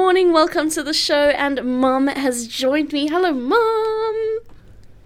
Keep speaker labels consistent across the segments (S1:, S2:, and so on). S1: morning. Welcome to the show, and Mum has joined me. Hello, Mum.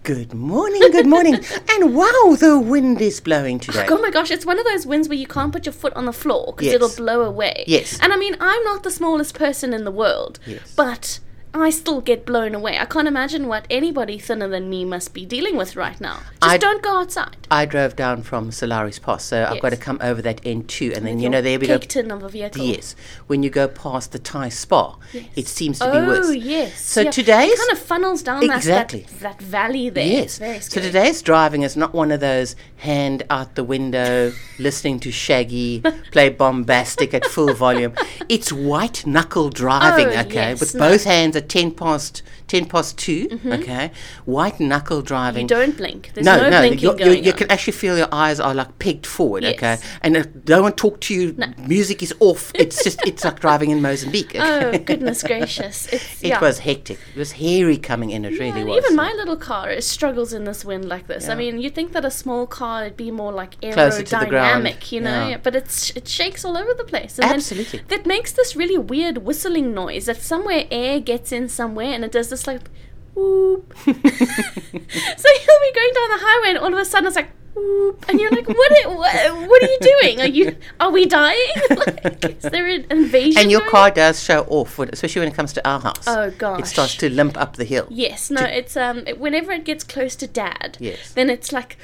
S2: Good morning, good morning. and wow, the wind is blowing today.
S1: Oh my gosh, it's one of those winds where you can't put your foot on the floor because
S2: Yes.
S1: it'll blow away.
S2: Yes.
S1: And I mean, I'm not the smallest person in the world,
S2: Yes.
S1: but I still get blown away. I can't imagine what anybody thinner than me must be dealing with right now. Just
S2: I-
S1: don't go outside.
S2: I drove down from Solaris Pass, so I've got to
S1: Yes.
S2: come over that end too. And then, you know, there we go.
S1: Cake tin of a vehicle.
S2: Yes, when you go past the Thai spa, it seems to be worse.
S1: Oh yes.
S2: So
S1: yeah.
S2: today's
S1: it kind of funnels down
S2: Exactly.
S1: that, that that valley there. It's
S2: yes.
S1: Very
S2: So
S1: scary.
S2: today's driving is not one of those hand out the window, listening to Shaggy play bombastic at full volume. It's white knuckle driving,
S1: Oh, yes,
S2: okay,
S1: Mm-hmm.
S2: with
S1: no.
S2: both hands at ten past ten past 2 okay. White knuckle driving.
S1: You don't blink. There's
S2: no,
S1: no,
S2: no,
S1: blinking
S2: you, you,
S1: going
S2: you
S1: on.
S2: can actually feel your eyes are like pegged forward,
S1: Yes.
S2: okay? And uh, no one talk to you. Music is off. It's just it's like driving in Mozambique. okay?
S1: Oh goodness gracious! It's,
S2: it
S1: yeah.
S2: was hectic. It was hairy coming in. It really
S1: And
S2: was.
S1: even my little car it struggles in this wind like this. I mean, you'd think that a small car would be more like
S2: Closer to the ground,
S1: aerodynamic, you know,
S2: yeah.
S1: but it's it shakes all over the place. And then
S2: Absolutely.
S1: that makes this really weird whistling noise. That somewhere air gets in somewhere, and it does this like, whoop. so you'll be going down the highway, and all of a sudden it's like. whoop, And you're like, what, are, what? What are you doing? Are you? Are we dying? like, is there an invasion?
S2: and your
S1: going
S2: car does show off, when- especially when it comes to our house.
S1: Oh,
S2: It starts
S1: gosh.
S2: to limp up the hill.
S1: Yes, no, it's um it- whenever it gets close to dad,
S2: Yes.
S1: then it's like,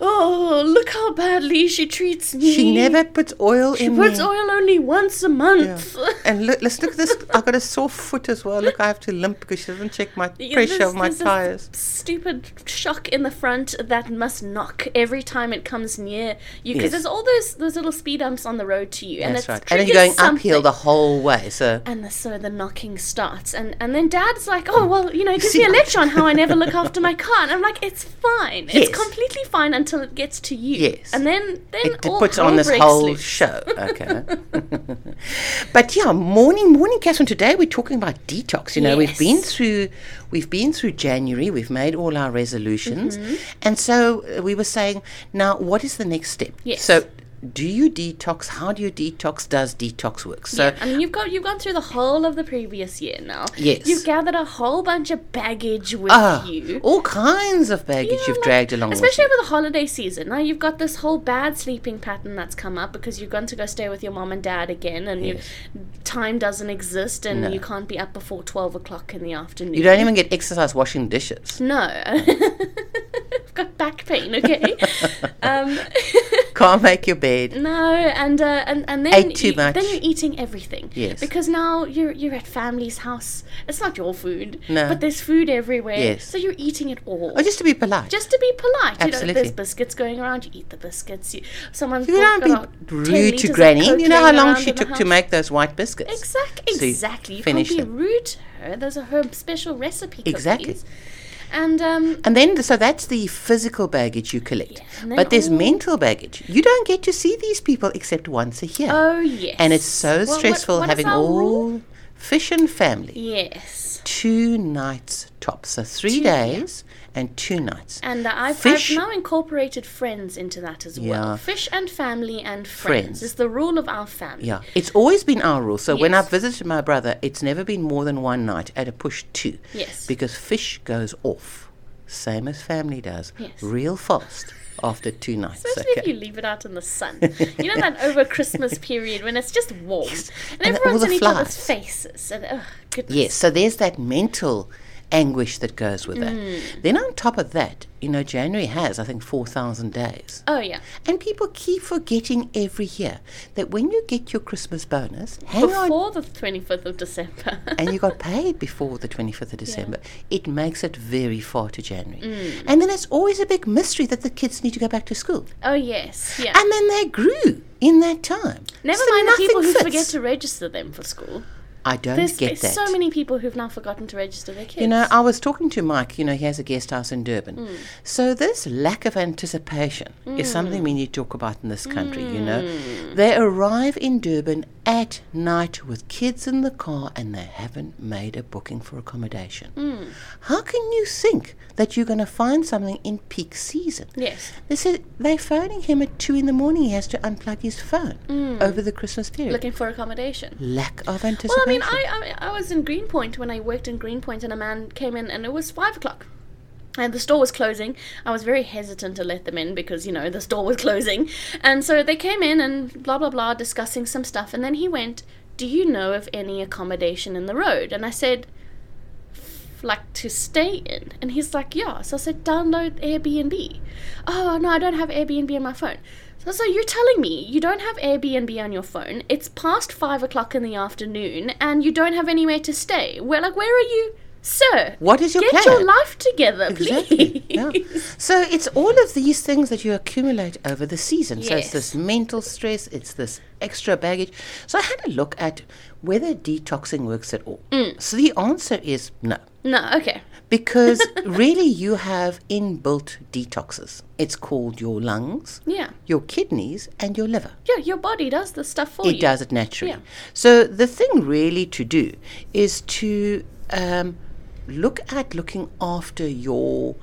S1: oh, look how badly she treats me.
S2: She never puts oil
S1: she
S2: in.
S1: puts
S2: there.
S1: oil only once a month.
S2: And look, let's look at this. I've got a soft foot as well. Look, I have to limp because she doesn't check my
S1: Yeah,
S2: pressure
S1: there's-
S2: of my
S1: there's this
S2: tires.
S1: Stupid shock in the front that must knock every time it comes near you because
S2: Yes.
S1: there's all those those little speed bumps on the road to you, and
S2: That's
S1: it's
S2: right. And then you're going
S1: triggers
S2: uphill
S1: something.
S2: the whole way. So
S1: And the, so the knocking starts, and, and then Dad's like, "Oh well, you know, it gives
S2: See,
S1: me a
S2: I-
S1: lecture on how I never look after my car." And I'm like, "It's fine.
S2: Yes.
S1: It's completely fine until it gets to you."
S2: Yes.
S1: And then then
S2: it
S1: all
S2: puts
S1: hell
S2: on this
S1: breaks
S2: whole
S1: loose.
S2: show. Okay. but yeah, morning, morning, Catherine. Today we're talking about detox. You know, we've been
S1: Yes.
S2: through, we've been through January. We've made all our resolutions,
S1: Mm-hmm.
S2: and so uh, we were saying, now what is the next step?
S1: Yes.
S2: So. Do you detox? How do you detox? Does detox work? So
S1: yeah, I mean, you've got you've gone through the whole of the previous year now.
S2: Yes.
S1: You've gathered a whole bunch of baggage with
S2: ah,
S1: you.
S2: all kinds of baggage
S1: Yeah,
S2: you've
S1: like-
S2: dragged along. with
S1: Especially
S2: you.
S1: over the holiday season. Now you've got this whole bad sleeping pattern that's come up because you've gone to go stay with your mom and dad again, and you, time doesn't exist, and you can't be up before twelve o'clock in the afternoon.
S2: you don't even get exercise washing dishes.
S1: No, I've got back pain. Okay. um,
S2: Can't make your bed.
S1: no, and uh, and and then
S2: Ate too
S1: you-
S2: much.
S1: Then you're eating everything.
S2: Yes.
S1: Because now you're you're at family's house. It's not your food.
S2: No.
S1: But there's food everywhere.
S2: Yes.
S1: So you're eating it all.
S2: Or just to be polite.
S1: just to be polite, you know,
S2: Absolutely.
S1: there's biscuits going around. You eat the biscuits. You, someone's
S2: You
S1: bought-
S2: don't be
S1: got about 10
S2: rude
S1: litres
S2: to
S1: of
S2: Granny.
S1: Coke
S2: You know how
S1: laying
S2: long
S1: around
S2: she
S1: in the
S2: took
S1: house.
S2: to make those white biscuits.
S1: Exactly.
S2: So you
S1: exactly. You can't
S2: finish
S1: be
S2: them.
S1: rude to her. There's a her special recipe.
S2: Exactly.
S1: cookies. And um,
S2: And then, so that's the physical baggage you collect.
S1: and then
S2: But there's
S1: all-
S2: mental baggage. You don't get to see these people except once a year.
S1: oh yes.
S2: and it's so
S1: What- what-
S2: stressful
S1: what is
S2: having
S1: our
S2: all
S1: rule?
S2: fish and family.
S1: Yes.
S2: Two nights tops. So three days and two nights.
S1: And uh, I've,
S2: Fish-
S1: I've now incorporated friends into that as
S2: Yeah.
S1: well. Fish and family and friends,
S2: Friends.
S1: is the rule of our family.
S2: yeah, it's always been our rule. So when
S1: Yes.
S2: I've visited my brother, it's never been more than one night at a push two.
S1: Yes.
S2: Because fish goes off, same as family does,
S1: Yes.
S2: real fast after two nights.
S1: Especially if you leave it out in the sun. you know that over Christmas period when it's just warm and,
S2: And all
S1: everyone's
S2: the
S1: in each other's
S2: flies.
S1: faces and oh goodness.
S2: Yes, so there's that mental anguish that goes with that.
S1: Mm.
S2: Then on top of that, you know, January has, I think, 4,000 days.
S1: Oh yeah.
S2: And people keep forgetting every year that when you get your Christmas bonus, hang on,
S1: Before the twenty fifth of December.
S2: and you got paid before the 25th of December, it makes it very far to January.
S1: Mm.
S2: And then it's always a big mystery that the kids need to go back to school.
S1: oh yes. Yeah.
S2: And then they grew in that time.
S1: Never
S2: So
S1: mind the people
S2: nothing
S1: who
S2: fits.
S1: forget to register them for school.
S2: I don't
S1: There's,
S2: get that.
S1: there's so many people who've now forgotten to register their kids.
S2: You know, I was talking to Mike, you know, he has a guest house in Durban.
S1: Mm.
S2: So, this lack of
S1: Mm.
S2: anticipation is something we need to talk about in this country, you know. They arrive in Durban at night with kids in the car and they haven't made a booking for accommodation.
S1: Mm.
S2: How can you think that you're going to find something in peak season?
S1: Yes.
S2: They said they're phoning him at two in the morning. He has to unplug his phone over the Christmas period.
S1: Looking for accommodation.
S2: Lack of
S1: Mm. Well,
S2: anticipation.
S1: I mean, I, I mean, I was in Greenpoint when I worked in Greenpoint, and a man came in, and it was five o'clock, and the store was closing. I was very hesitant to let them in because you know the store was closing, and so they came in and blah blah blah discussing some stuff, and then he went, "Do you know of any accommodation in the road?" And I said. "F- Like to stay in, and he's like, yeah. So I said, download Airbnb. Oh no, I don't have Airbnb on my phone. So, so you're telling me you don't have Airbnb on your phone? It's past five o'clock in the afternoon, and you don't have anywhere to stay. Well, like, where are you, sir?
S2: What is your
S1: Get
S2: plan?
S1: your life together,
S2: Exactly.
S1: please.
S2: yeah. So it's all of these things that you accumulate over the season. So it's
S1: Yes.
S2: this mental stress, it's this extra baggage. So I had a look at whether detoxing works at all. So the answer is no.
S1: No, okay.
S2: Because really, you have inbuilt detoxes. It's called your lungs,
S1: Yeah,
S2: your kidneys, and your liver.
S1: yeah. Your body does the stuff for
S2: It
S1: you.
S2: does it naturally.
S1: Yeah.
S2: So the thing really to do is to um, look at looking after your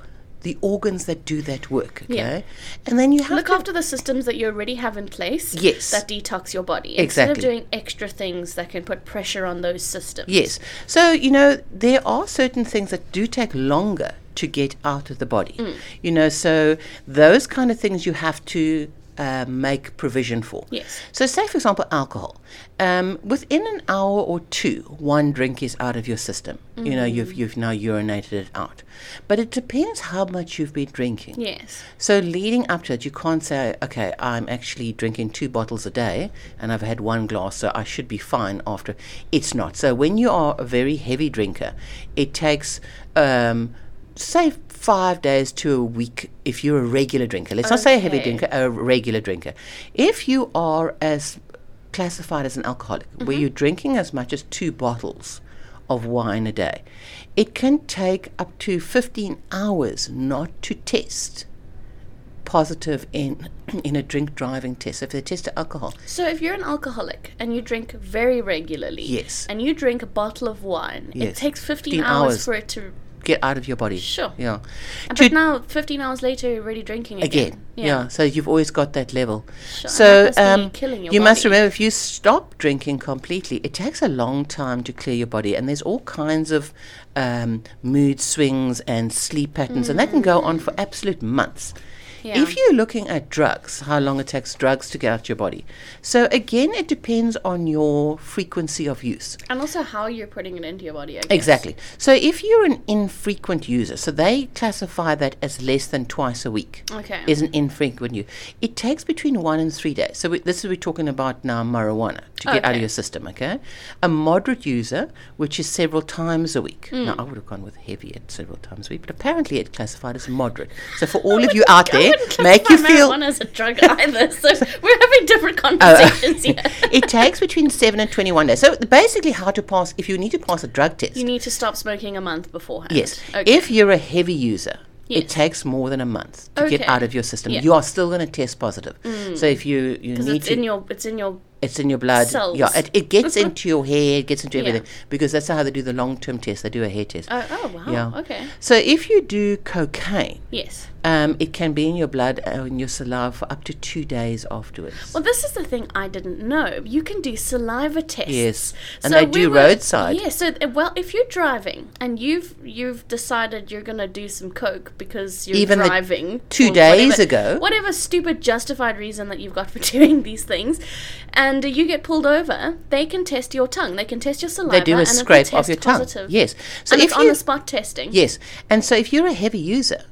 S2: the organs that do that work. Okay,
S1: Yeah.
S2: and then you have
S1: Look
S2: to
S1: after the systems that you already have in place.
S2: Yes.
S1: That detox your body. Instead
S2: Exactly.
S1: of doing extra things that can put pressure on those systems.
S2: Yes. So, you know, there are certain things that do take longer to get out of the body. You know, so those kind of things you have to uh, make provision for.
S1: Yes.
S2: So, say, for example, alcohol. Um, within an hour or two, one drink is out of your system. You know, you've, you've now urinated it out. But it depends how much you've been drinking.
S1: Yes.
S2: So leading up to it, you can't say, okay, I'm actually drinking two bottles a day and I've had one glass, so I should be fine after. It's not. So when you are a very heavy drinker, it takes, um, say, five days to a week if you're a regular drinker. Let's not say a heavy
S1: Okay.
S2: drinker, a regular drinker. If you are as classified as an alcoholic,
S1: Mm-hmm.
S2: where you're drinking as much as two bottles of wine a day, it can take up to 15 hours not to test positive in in a drink driving test. If they test alcohol,
S1: So if you're an alcoholic and you drink very regularly,
S2: Yes.
S1: and you drink a bottle of wine,
S2: Yes.
S1: it takes 15,
S2: 15
S1: hours,
S2: hours.
S1: for it to.
S2: get out of your body.
S1: Sure.
S2: Yeah.
S1: But now, 15 hours later, you're already drinking again.
S2: again. Yeah. So you've always got that level.
S1: Sure,
S2: So
S1: that must be
S2: um,
S1: killing your
S2: you must
S1: body.
S2: remember, if you stop drinking completely, it takes a long time to clear your body, and there's all kinds of um, mood swings and sleep patterns, and that can go on for absolute months.
S1: Mm. Yeah.
S2: If you're looking at drugs, how long it takes drugs to get out your body. So again, it depends on your frequency of use.
S1: And also how you're putting it into your body. I guess.
S2: Exactly. So if you're an infrequent user, so they classify that as less than twice a week.
S1: Okay.
S2: Is an infrequent use. It takes between one and three days. So we, this is we're talking about now marijuana to get out of
S1: Okay.
S2: your system. Okay. A moderate user, which is several times a week.
S1: Mm.
S2: Now I would have gone with heavy at several times a week, but apparently it's classified as moderate. So
S1: Oh
S2: for all of you out
S1: I
S2: there,
S1: wouldn't
S2: make you
S1: classify
S2: feel Oh.
S1: marijuana as a drug either. So we're having different conversations here.
S2: it takes between seven and twenty-one days. So basically, how to pass if you need to pass a drug test.
S1: You need to stop smoking a month beforehand.
S2: Yes.
S1: Okay.
S2: If you're a heavy user, it
S1: Yes.
S2: takes more than a month to get
S1: Okay.
S2: out of your system.
S1: Yeah. Mm.
S2: You are still going to test positive. So if you you
S1: Because
S2: need
S1: it's
S2: to,
S1: in your it's in your
S2: it's in your blood. Yeah,
S1: cells. Mm-hmm.
S2: it, it gets into your hair, it gets into
S1: Yeah.
S2: everything because that's how they do the long-term test. They do a hair test.
S1: oh, oh wow
S2: Yeah.
S1: okay
S2: So if you do cocaine,
S1: yes
S2: um, it can be in your blood or in your saliva for up to two days afterwards.
S1: Well, this is the thing I didn't know. You can do saliva tests.
S2: Yes, and they do roadside.
S1: Yeah. So, uh, well, if you're driving and you've you've decided you're gonna do some coke because you're
S2: Even the
S1: driving
S2: two
S1: or
S2: days
S1: whatever-
S2: ago.
S1: whatever stupid justified reason that you've got for doing these things, and uh, you get pulled over, they can test your tongue. They can test your saliva.
S2: They do
S1: and
S2: a
S1: if they
S2: scrape of
S1: test
S2: your tongue.
S1: Positive,
S2: Yes. So
S1: and
S2: if
S1: it's on
S2: you,
S1: the spot testing.
S2: yes, and so if you're a heavy user,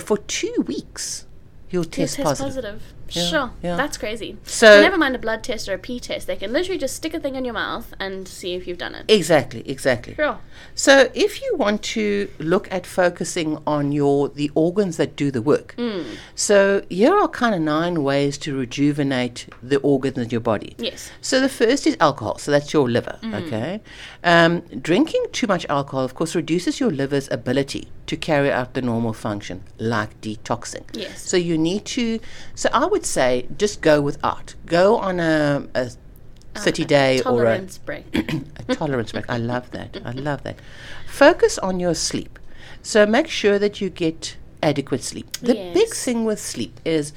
S2: for two weeks, you'll
S1: You
S2: test,
S1: test positive. sure,
S2: yeah.
S1: that's crazy.
S2: So-
S1: So never mind a blood test or a pee test. They can literally just stick a thing in your mouth and see if you've done it.
S2: Exactly. Exactly.
S1: Sure.
S2: So, if you want to look at focusing on your the organs that do the work,
S1: Hmm.
S2: so here are kind of nine ways to rejuvenate the organs in your body.
S1: Yes. Hmm.
S2: So the first is alcohol. So that's your liver. Okay. Um, drinking too much alcohol, of course, reduces your liver's ability to carry out the normal function, like detoxing.
S1: Yes.
S2: So you need to. So I would say just go without. Go on a. a 30 day or a,
S1: tolerance break.
S2: a tolerance break. I love that. I love that. Focus on your sleep. So make sure that you get adequate sleep. The big
S1: Yes.
S2: thing with sleep is.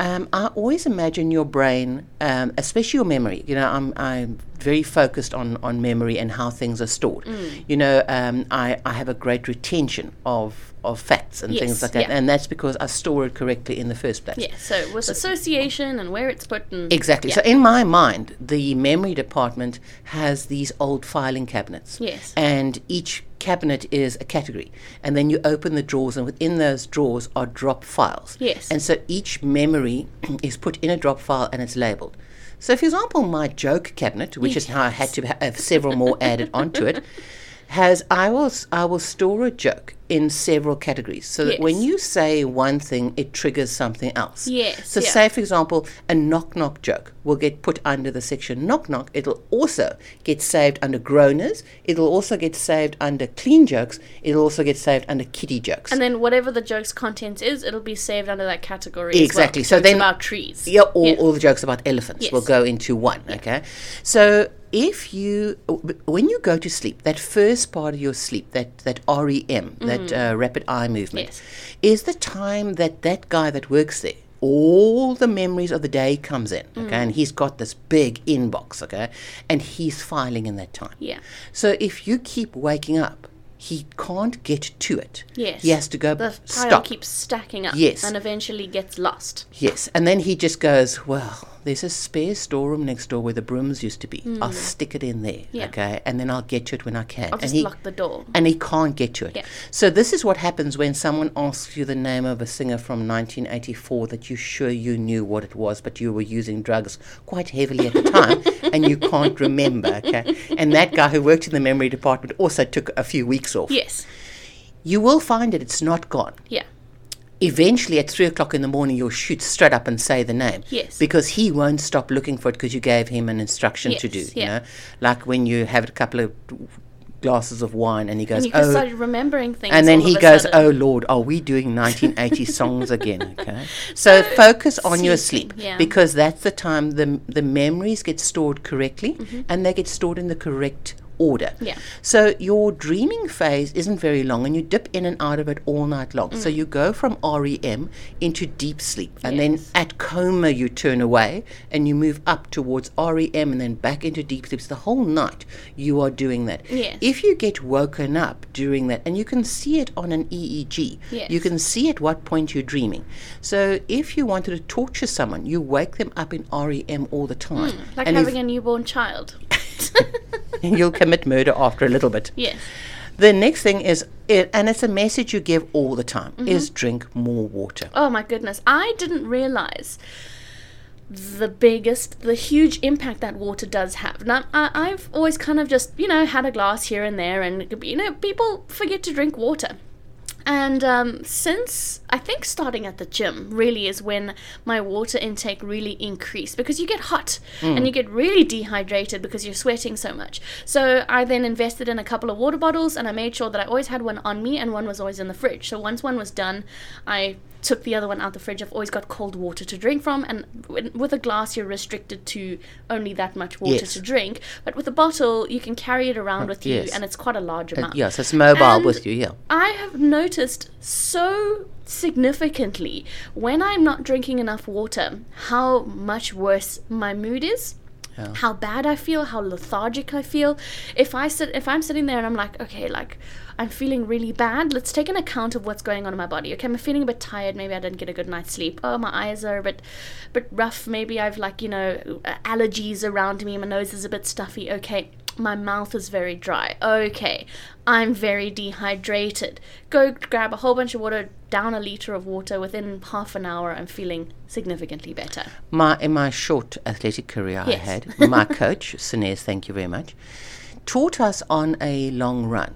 S2: Um, I always imagine your brain, um, especially your memory. You know, I'm, I'm very focused on, on memory and how things are stored.
S1: Mm.
S2: You know, um, I, I have a great retention of, of facts and
S1: Yes,
S2: things like that.
S1: yeah.
S2: And that's because I store it correctly in the first place.
S1: Yeah, so with association and where it's put and
S2: Exactly. So in my mind, the memory department has these old filing cabinets.
S1: Yes.
S2: And each cabinet is a category. And then you open the drawers and within those drawers are drop files.
S1: Yes.
S2: And so each memory is put in a drop file and it's labeled. So for example, my joke cabinet, which is how I had to ha- have several more added onto it, has I will s- I will store a joke in several categories so that when
S1: Yes.
S2: you say one thing, it triggers something else.
S1: Yes,
S2: So
S1: yeah.
S2: say, for example, a knock knock joke will get put under the section knock knock. It'll also get saved under groaners. It'll also get saved under clean jokes. It'll also get saved under kitty jokes.
S1: and then whatever the joke's content is, it'll be saved under that category.
S2: Exactly.
S1: As
S2: So
S1: well. it's
S2: then-
S1: about trees.
S2: yeah, all,
S1: Yeah.
S2: all the jokes about elephants will
S1: Yes.
S2: go into one. Okay. So if you, w- when you go to sleep, that first part of your sleep, that, that REM, that uh, rapid eye movement,
S1: Mm-hmm. Yes.
S2: is the time that that guy that works there, all the memories of the day comes in.
S1: Mm.
S2: Okay. And he's got this big inbox. Okay. And he's filing in that time.
S1: Yeah.
S2: So if you keep waking up, he can't get to it.
S1: Yes.
S2: He has to go
S1: The pile
S2: stop.
S1: keeps stacking up.
S2: Yes.
S1: And eventually gets lost.
S2: Yes, and then he just goes, "Well, there's a spare storeroom next door where the brooms used to be. I'll stick it in there,
S1: Mm. Yeah.
S2: okay, and then I'll get to it when I can."
S1: I'll
S2: and
S1: just
S2: he
S1: lock the door.
S2: and he can't get to it.
S1: Yeah.
S2: So this is what happens when someone asks you the name of a singer from 1984 that you sure you knew what it was, but you were using drugs quite heavily at the time, and you can't remember. Okay, and that guy who worked in the memory department also took a few weeks off.
S1: Yes.
S2: You will find that it's not gone
S1: Yeah.
S2: eventually at three o'clock in the morning you'll shoot straight up and say the name
S1: Yes.
S2: because he won't stop looking for it because you gave him an instruction to do
S1: Yes,
S2: you
S1: yeah.
S2: know like when you have a couple of glasses of wine and he goes
S1: And you just
S2: oh
S1: started remembering things.
S2: and then
S1: all
S2: he
S1: of a
S2: goes
S1: sudden.
S2: oh lord are we doing 1980 songs again okay so focus on your
S1: sleeping,
S2: sleep
S1: yeah.
S2: because that's the time the the memories get stored correctly and they get stored in the correct order
S1: Mm-hmm. Yeah.
S2: so your dreaming phase isn't very long, and you dip in and out of it all night long.
S1: Mm.
S2: So you go from REM into deep sleep, and then at coma you turn away and you move up towards REM and then back into deep sleep. So the whole night you are doing that.
S1: Yes.
S2: If you get woken up during that, and you can see it on an EEG,
S1: Yes.
S2: you can see at what point you're dreaming. So if you wanted to torture someone, you wake them up in REM all the time,
S1: Hmm, Like
S2: and
S1: having
S2: if-
S1: a newborn child.
S2: you'll commit murder after a little bit.
S1: Yes.
S2: The next thing is, it, and it's a message you give all the time,
S1: Mm-hmm.
S2: is drink more water.
S1: Oh my goodness. I didn't realize the biggest, the huge impact that water does have. Now, I, I've always kind of just, you know, had a glass here and there, and, you know, people forget to drink water. And um, since I think starting at the gym really is when my water intake really increased because you get hot and
S2: Mm.
S1: you get really dehydrated because you're sweating so much. So I then invested in a couple of water bottles and I made sure that I always had one on me and one was always in the fridge. So once one was done, I took the other one out the fridge. I've always got cold water to drink from, and w- with a glass, you're restricted to only that much water
S2: Yes. Uh,
S1: to drink. But with a bottle, you can carry it around with you,
S2: yes.
S1: and it's quite a large amount.
S2: Yes, it's mobile
S1: Uh-huh. And-
S2: with you, yeah.
S1: I have noticed so significantly when I'm not drinking enough water how much worse my mood is. How bad I feel, how lethargic I feel. If I sit, if I'm sitting there and I'm like, okay, like I'm feeling really bad. Let's take an account of what's going on in my body. Okay, I'm feeling a bit tired. Maybe I didn't get a good night's sleep. Oh, my eyes are a bit, bit rough. Maybe I've like you know allergies around me. My nose is a bit stuffy. Okay, my mouth is very dry. Okay, I'm very dehydrated. Go grab a whole bunch of water, down a liter of water. Within half an hour, I'm feeling significantly better.
S2: My, in my short athletic career I
S1: Yes.
S2: had, my coach, Sinez, thank you very much, taught us
S1: Mm-hmm.
S2: on a long run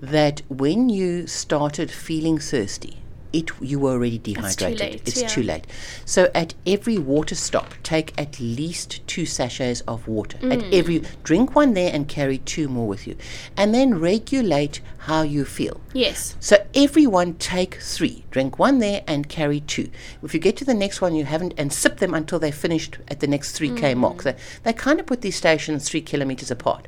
S2: that when you started feeling thirsty it you were already dehydrated.
S1: late,
S2: It's
S1: yeah.
S2: too late. So at every water stop, take at least two sachets of water. At
S1: Mm.
S2: every drink one there and carry two more with you, and then regulate how you feel.
S1: Yes.
S2: So everyone take three. Drink one there and carry two. If you get to the next one, you haven't, and sip them until they're finished at the next 3K mark. They, they kind of put these stations three kilometers apart.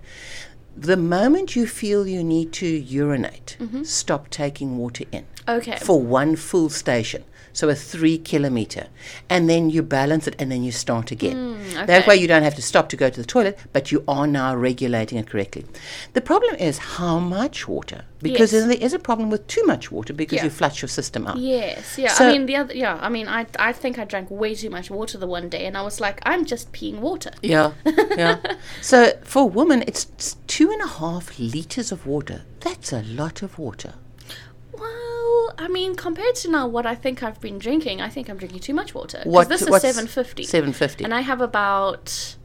S2: The moment you feel you need to urinate, stop taking water in
S1: Okay.
S2: for one full station. So a three kilometer, and then you balance it, and then you start again. That
S1: Hmm, okay.
S2: way, you don't have to stop to go to the toilet, but you are now regulating it correctly. The problem is how much water, because
S1: Yes.
S2: there is a problem with too much water because
S1: Yeah.
S2: you flush your system out.
S1: Yes, yeah.
S2: So-
S1: I mean the other yeah, I mean I I think I drank way too much water the one day and I was like, I'm just peeing water.
S2: Yeah, yeah. so for women, it's s- two and a half liters of water. That's a lot of water.
S1: Well, I mean, compared to now what I think I've been drinking, I think I'm drinking too much water. 'Cause
S2: What-
S1: this is
S2: what's-
S1: seven fifty.
S2: 750.
S1: And I have about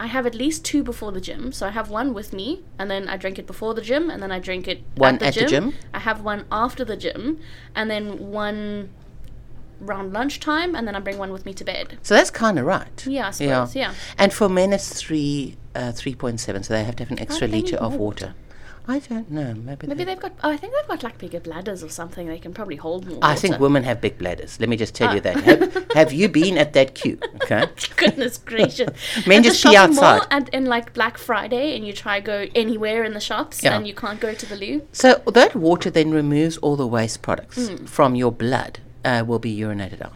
S1: I have at least two before the gym. So I have one with me and then I drink it before the gym and then I drink it
S2: One
S1: at, the,
S2: at the
S1: gym.
S2: gym?
S1: I have one after the gym and then one round lunchtime and then I bring one with me to bed.
S2: So that's kind of right.
S1: Yeah, I suppose, yeah.
S2: And for men, it's three, uh, three point seven. So they have to have an extra
S1: they
S2: liter
S1: need
S2: of
S1: more
S2: water. I don't know. Maybe.
S1: Maybe
S2: they-
S1: they've got. Oh, I think they've got like bigger bladders or something. They can probably hold more.
S2: I think
S1: water. Uh.
S2: women have big bladders. Let me just tell you that. Have, have you been at that queue? Okay.
S1: Goodness gracious!
S2: Men
S1: At the
S2: just pee
S1: shopping mall
S2: outside.
S1: and in like Black Friday, and you try go anywhere in the shops,
S2: Yeah.
S1: and you can't go to the loo.
S2: So that water then removes all the waste products from your blood, uh, will be urinated out.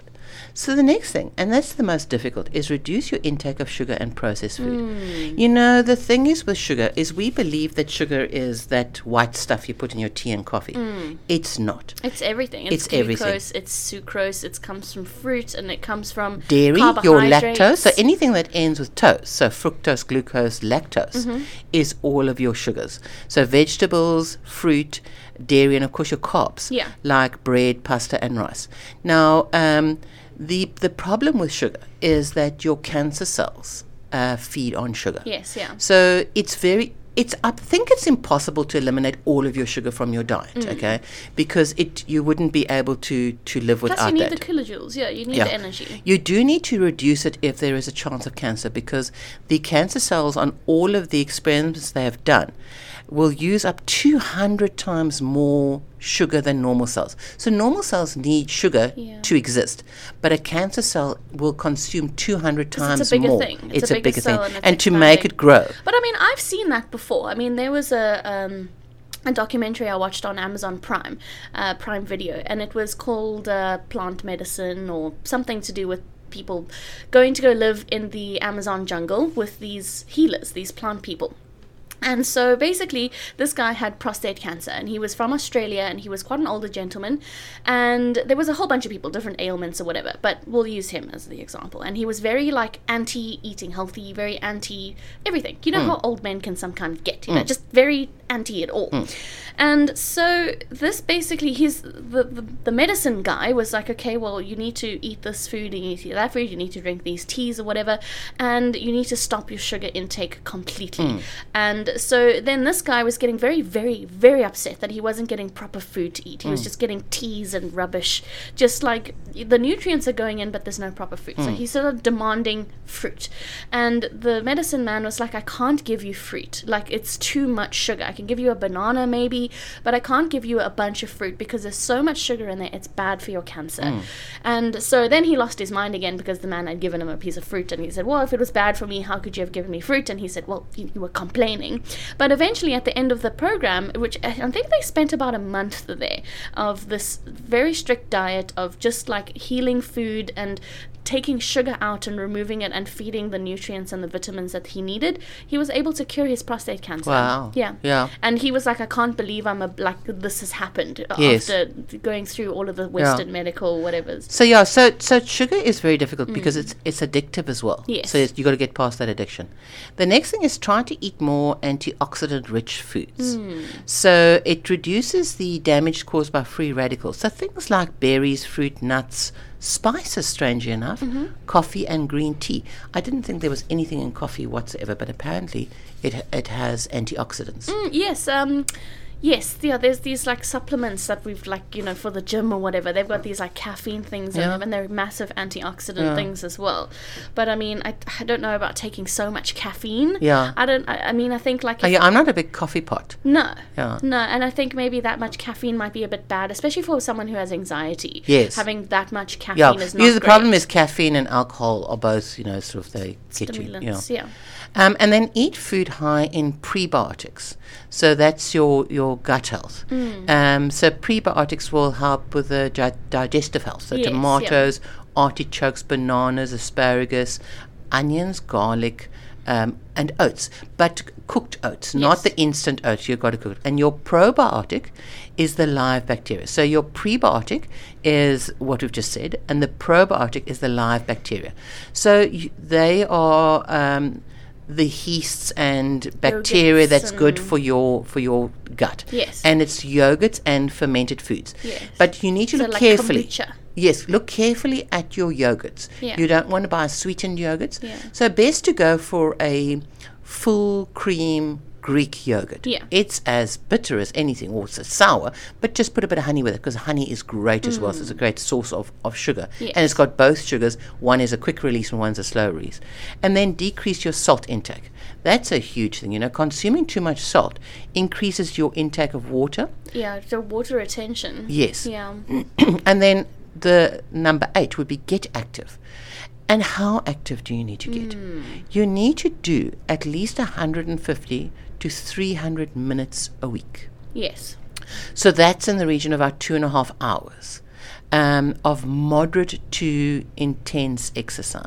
S2: So the next thing, and that's the most difficult, is reduce your intake of sugar and processed food. You know, the thing is with sugar is we believe that sugar is that white stuff you put in your tea and coffee. It's not.
S1: It's everything. It's,
S2: It's everything.
S1: glucose. It's sucrose. It comes from fruit, and it comes from
S2: dairy, your lactose,
S1: carbohydrates.
S2: so anything that ends with tose, so fructose, glucose, lactose,
S1: Mm-hmm.
S2: is all of your sugars. So vegetables, fruit, dairy, and of course your carbs,
S1: Yeah.
S2: like bread, pasta, and rice. Now, um, the the problem with sugar is that your cancer cells uh, feed on sugar.
S1: yes, yeah.
S2: So it's very it's I think it's impossible to eliminate all of your sugar from your diet,
S1: Mm.
S2: okay? Because it you wouldn't be able to to live without
S1: Plus, you need
S2: that.
S1: the kilojoules. Yeah, you need the
S2: Yeah.
S1: energy.
S2: You do need to reduce it if there is a chance of cancer because the cancer cells on all of the experiments they have done will use up 200 times more sugar than normal cells. So normal cells need sugar
S1: Yeah.
S2: to exist, but a cancer cell will consume 200 times
S1: it's a bigger
S2: more.
S1: thing. It's a bigger cell and
S2: thing.
S1: it's
S2: And to make
S1: expanding.
S2: it grow.
S1: But I mean, I've seen that before. I mean, there was a um, a documentary I watched on Amazon Prime, uh, Prime Video, and it was called uh, Plant Medicine or something to do with people going to go live in the Amazon jungle with these healers, these plant people. And so basically, this guy had prostate cancer, and he was from Australia, and he was quite an older gentleman. And there was a whole bunch of people, different ailments or whatever, but we'll use him as the example. And he was very like anti eating healthy, very anti everything. You know how old men can sometimes get, you know, just very anti it all. And so this basically, he's the, the the medicine guy was like, okay, well, you need to eat this food, you need to eat that food, you need to drink these teas or whatever, and you need to stop your sugar intake completely. And so then this guy was getting very, very, very upset that he wasn't getting proper food to eat. He was just getting teas and rubbish, just like the nutrients are going in, but there's no proper food. So he started demanding fruit, and the medicine man was like, I can't give you fruit. Like it's too much sugar. I can give you a banana maybe, but I can't give you a bunch of fruit because there's so much sugar in there. It's bad for your cancer.
S2: Mm.
S1: And so then he lost his mind again because the man had given him a piece of fruit and he said, Well, if it was bad for me, how could you have given me fruit? And he said, Well, you, you were complaining. But eventually, at the end of the program, which I I think they spent about a month there, of this very strict diet of just like healing food and taking sugar out and removing it and feeding the nutrients and the vitamins that he needed, he was able to cure his prostate cancer.
S2: Wow.
S1: Yeah.
S2: Yeah.
S1: And he was like, I can't believe I'm a, like, this has happened
S2: Yes.
S1: after going through all of the Western medical whatever's.
S2: So yeah, so so sugar is very difficult because it's it's addictive as well.
S1: Mm. Yes.
S2: So it's, you got to get past that addiction. The next thing is try to eat more antioxidant-rich foods.
S1: Mm.
S2: So it reduces the damage caused by free radicals. So things like berries, fruit, nuts, spices, strangely enough,
S1: Mm-hmm.
S2: coffee and green tea. I didn't think there was anything in coffee whatsoever, but apparently it it has antioxidants.
S1: Mm, Hmm, Yes, um, Yes, yeah, there's these like supplements that we've like, you know, for the gym or whatever. They've got these like caffeine things in
S2: Yeah.
S1: them and they're massive antioxidant
S2: Yeah.
S1: things as well. But I mean, I, I don't know about taking so much caffeine.
S2: Yeah.
S1: I don't, I, I mean, I think like,
S2: Oh,
S1: if-
S2: yeah, I'm not a big coffee pot.
S1: no.
S2: Yeah.
S1: No, and I think maybe that much caffeine might be a bit bad, especially for someone who has anxiety.
S2: Yes.
S1: Having that much caffeine
S2: Yeah,
S1: is not
S2: because the
S1: great.
S2: problem is caffeine and alcohol are both, you know, sort of they get you. Yeah.
S1: Stimulants, yeah.
S2: Um, and then eat food high in prebiotics. So that's your, your gut health. Um, so prebiotics will help with the di- digestive health. So
S1: Yes, yeah.
S2: tomatoes, artichokes, bananas, asparagus, onions, garlic, um, and oats. But cooked oats, not the instant oats. You've got to cook it. And your probiotic is the live bacteria. So your prebiotic is what we've just said, and the probiotic is the live bacteria. So you, they are. Um, the yeasts and bacteria
S1: Yogurts
S2: that's good for your for your gut.
S1: Yes.
S2: And it's yogurts and fermented foods.
S1: Yes.
S2: But you need to
S1: So
S2: look
S1: like
S2: carefully.
S1: kombucha.
S2: Yes, look carefully at your yogurts.
S1: Yeah.
S2: You don't want to buy sweetened yogurts.
S1: Yeah.
S2: So best to go for a full cream Greek yogurt.
S1: Yeah.
S2: It's as bitter as anything, or it's sour, but just put a bit of honey with it because honey is great as well. So it's a
S1: Mm.
S2: great source of, of sugar. And it's got both sugars. One is a quick release and one's a slow release. And then decrease your salt intake. That's a huge thing. You know, consuming too much salt increases your intake of water.
S1: Yeah, the water retention.
S2: Yes.
S1: Yeah.
S2: and then the number eight would be get active. And how active do you need to get? You need to do at least 150 to 300 minutes a week.
S1: Yes.
S2: So that's in the region of about two and a half hours um, of moderate to intense exercise.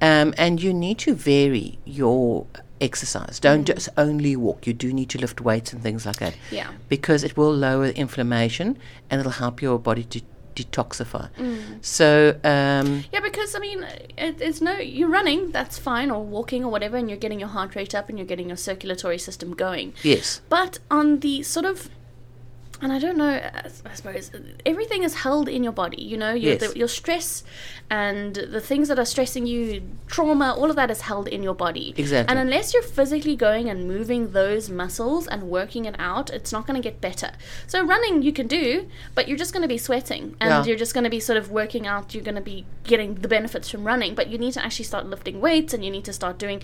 S1: Yeah.
S2: Um, and you need to vary your exercise. Don't just only walk. You do need to lift weights and things like that.
S1: Yeah.
S2: Because it will lower inflammation and it'll help your body to detoxify.
S1: Mm.
S2: So, um,
S1: Yeah, because I mean, it, it's no you're running, that's fine, or walking or whatever, and you're getting your heart rate up and you're getting your circulatory system going.
S2: yes.
S1: But on the sort of, and I don't know, I s- I suppose uh, everything is held in your body. You know, your,
S2: Yes.
S1: the, your stress and the things that are stressing you, trauma, all of that is held in your body.
S2: Exactly.
S1: And unless you're physically going and moving those muscles and working it out, it's not going to get better. So running you can do, but you're just going to be sweating and
S2: Yeah.
S1: you're just going to be sort of working out. You're going to be getting the benefits from running, but you need to actually start lifting weights and you need to start doing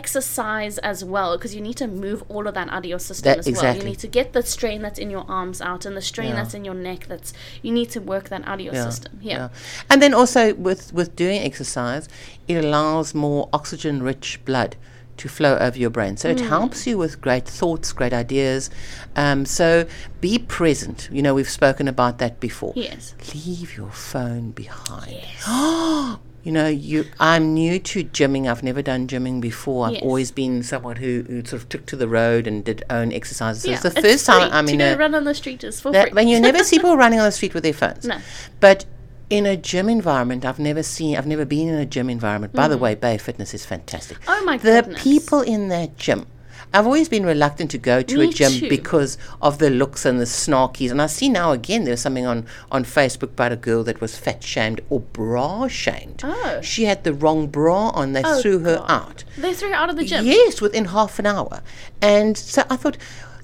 S1: exercise as well because you need to move all of that out of your system
S2: That-
S1: as well.
S2: exactly.
S1: You need to get the strain that's in your arms out and the strain
S2: Yeah.
S1: that's in your neck. That's you need to work that out of your
S2: Yeah,
S1: system. Yeah.
S2: And then also with, with doing exercise, it allows more oxygen rich blood to flow over your brain. So
S1: Mm.
S2: it helps you with great thoughts, great ideas. Um, so be present. You know, we've spoken about that before.
S1: Yes.
S2: Leave your phone behind. You know, you. I'm new to gymming. I've never done gymming before. I've
S1: Yes.
S2: always been someone who, who sort of took to the road and did own exercises. So
S1: Yeah.
S2: it's the
S1: It's
S2: first time
S1: free.
S2: I'm
S1: to
S2: in
S1: go
S2: a
S1: run on the street is for free.
S2: that, when you never see people running on the street with their phones.
S1: No.
S2: But in a gym environment, I've never seen, I've never been in a gym environment. By the way, Bay Fitness is fantastic.
S1: Mm. Oh my
S2: The
S1: goodness.
S2: people in that gym. I've always been reluctant to go to a
S1: Me
S2: gym
S1: too.
S2: because of the looks and the snarkies. And I see now again there was something on, on Facebook about a girl that was fat shamed or bra shamed.
S1: Oh.
S2: She had the wrong bra on, they
S1: Oh,
S2: threw her
S1: God.
S2: out.
S1: they threw you out of the gym.
S2: Yes, within half an hour. And so I thought,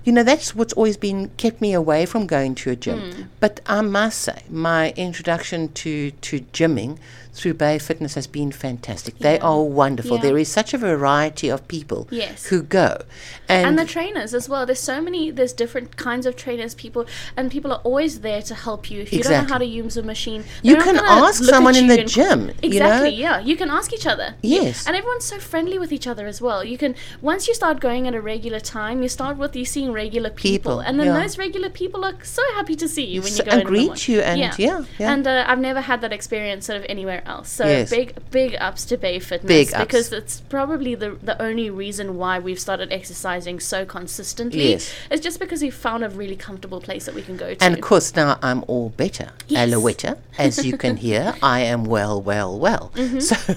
S2: you know, that's what's always been kept me away from going to a gym.
S1: Hmm.
S2: But I must say, my introduction to, to gymming through Bay Fitness has been fantastic. They are wonderful.
S1: Yeah.
S2: There is such a variety of people
S1: Yes.
S2: who go. And,
S1: and the trainers as well there's so many there's different kinds of trainers people and people are always there to help you if you don't know how to
S2: Exactly.
S1: use a machine
S2: You
S1: they're not
S2: can
S1: gonna
S2: ask
S1: look at
S2: someone in
S1: you
S2: the
S1: and-
S2: gym, you know?
S1: exactly yeah you can ask each other
S2: Yes.
S1: and everyone's so friendly with each other as well you can once you start going at a regular time you start with you seeing regular people,
S2: People,
S1: and then
S2: yeah.
S1: those regular people are so happy to see you when you
S2: So-
S1: go
S2: and
S1: in the
S2: greet
S1: morning.
S2: you and- yeah, yeah.
S1: and uh, I've never had that experience sort of anywhere else so
S2: Yes.
S1: big big ups to Bay Fitness
S2: Big ups.
S1: because it's probably the the only reason why we've started exercising so consistently.
S2: Yes.
S1: It's just because we found a really comfortable place that we can go to.
S2: and of course, now I'm all better,
S1: Yes.
S2: Alouetta. As you can hear, I am well, well, well.
S1: Mm-hmm.
S2: So,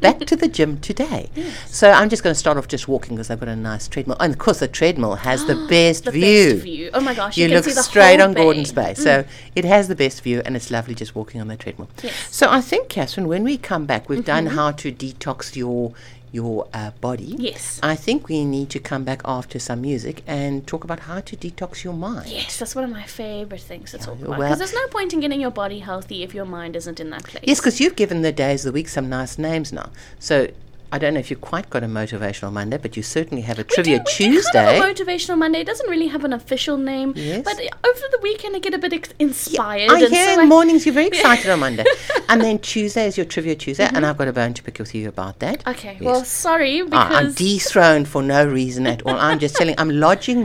S2: back to the gym today. So, I'm just going to start off just walking because I've got a nice treadmill. And of course, the treadmill has the best
S1: the
S2: view.
S1: best view. Oh my gosh, you,
S2: You
S1: can
S2: look
S1: see the
S2: straight
S1: whole
S2: on Gordon's
S1: bay. Mm.
S2: Bay. So, it has the best view, and it's lovely just walking on the treadmill.
S1: Yes. Mm-hmm.
S2: So, I think Catherine, when we come back, we've done how to detox your your uh, body.
S1: Yes.
S2: I think we need to come back after some music and talk about how to detox your mind.
S1: Yes, that's one of my favorite things to talk about.
S2: you're
S1: Because
S2: wel-
S1: there's no point in getting your body healthy if your mind isn't in that place.
S2: Yes, because you've given the days of the week some nice names now. So I don't know if you quite got a motivational Monday, but you certainly have a trivia
S1: do- we do
S2: Tuesday.
S1: Kind of a motivational Monday. It doesn't really have an official name.
S2: Yes.
S1: But over the weekend, I get a bit ex- inspired.
S2: I
S1: and
S2: hear
S1: so
S2: in
S1: I-
S2: mornings you're very excited on Monday. And then Tuesday is your trivia Tuesday,
S1: Mm-hmm.
S2: and I've got a bone to pick with you about that.
S1: Okay.
S2: Yes.
S1: Well, sorry
S2: I- I'm
S1: because.
S2: dethroned for no reason at all. I'm just telling. I'm lodging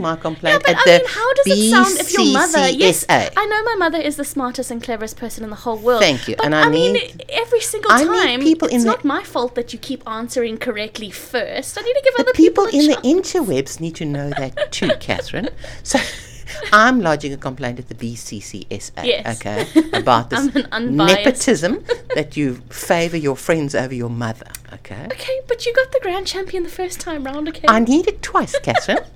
S2: my
S1: yeah,
S2: complaint
S1: but
S2: at
S1: I
S2: the
S1: mean, how does it sound if your mother? Yes,
S2: BCCSA.
S1: I know my mother is the smartest and cleverest person in the whole world.
S2: Thank you,
S1: but
S2: and I
S1: I, mean,
S2: need-
S1: every single
S2: I need
S1: time,
S2: people
S1: it's
S2: in the-
S1: not my fault that you keep answering correctly first. I need to give other people,
S2: People
S1: a
S2: in the
S1: chance.
S2: interwebs need to know that too, Catherine. So. I'm lodging a complaint at the BCCSA,
S1: Yes.
S2: okay, about this
S1: I'm an unbiased-
S2: nepotism that you favour your friends over your mother, okay?
S1: Okay, but you got the grand champion the first time round. Okay.
S2: I need it twice, Catherine.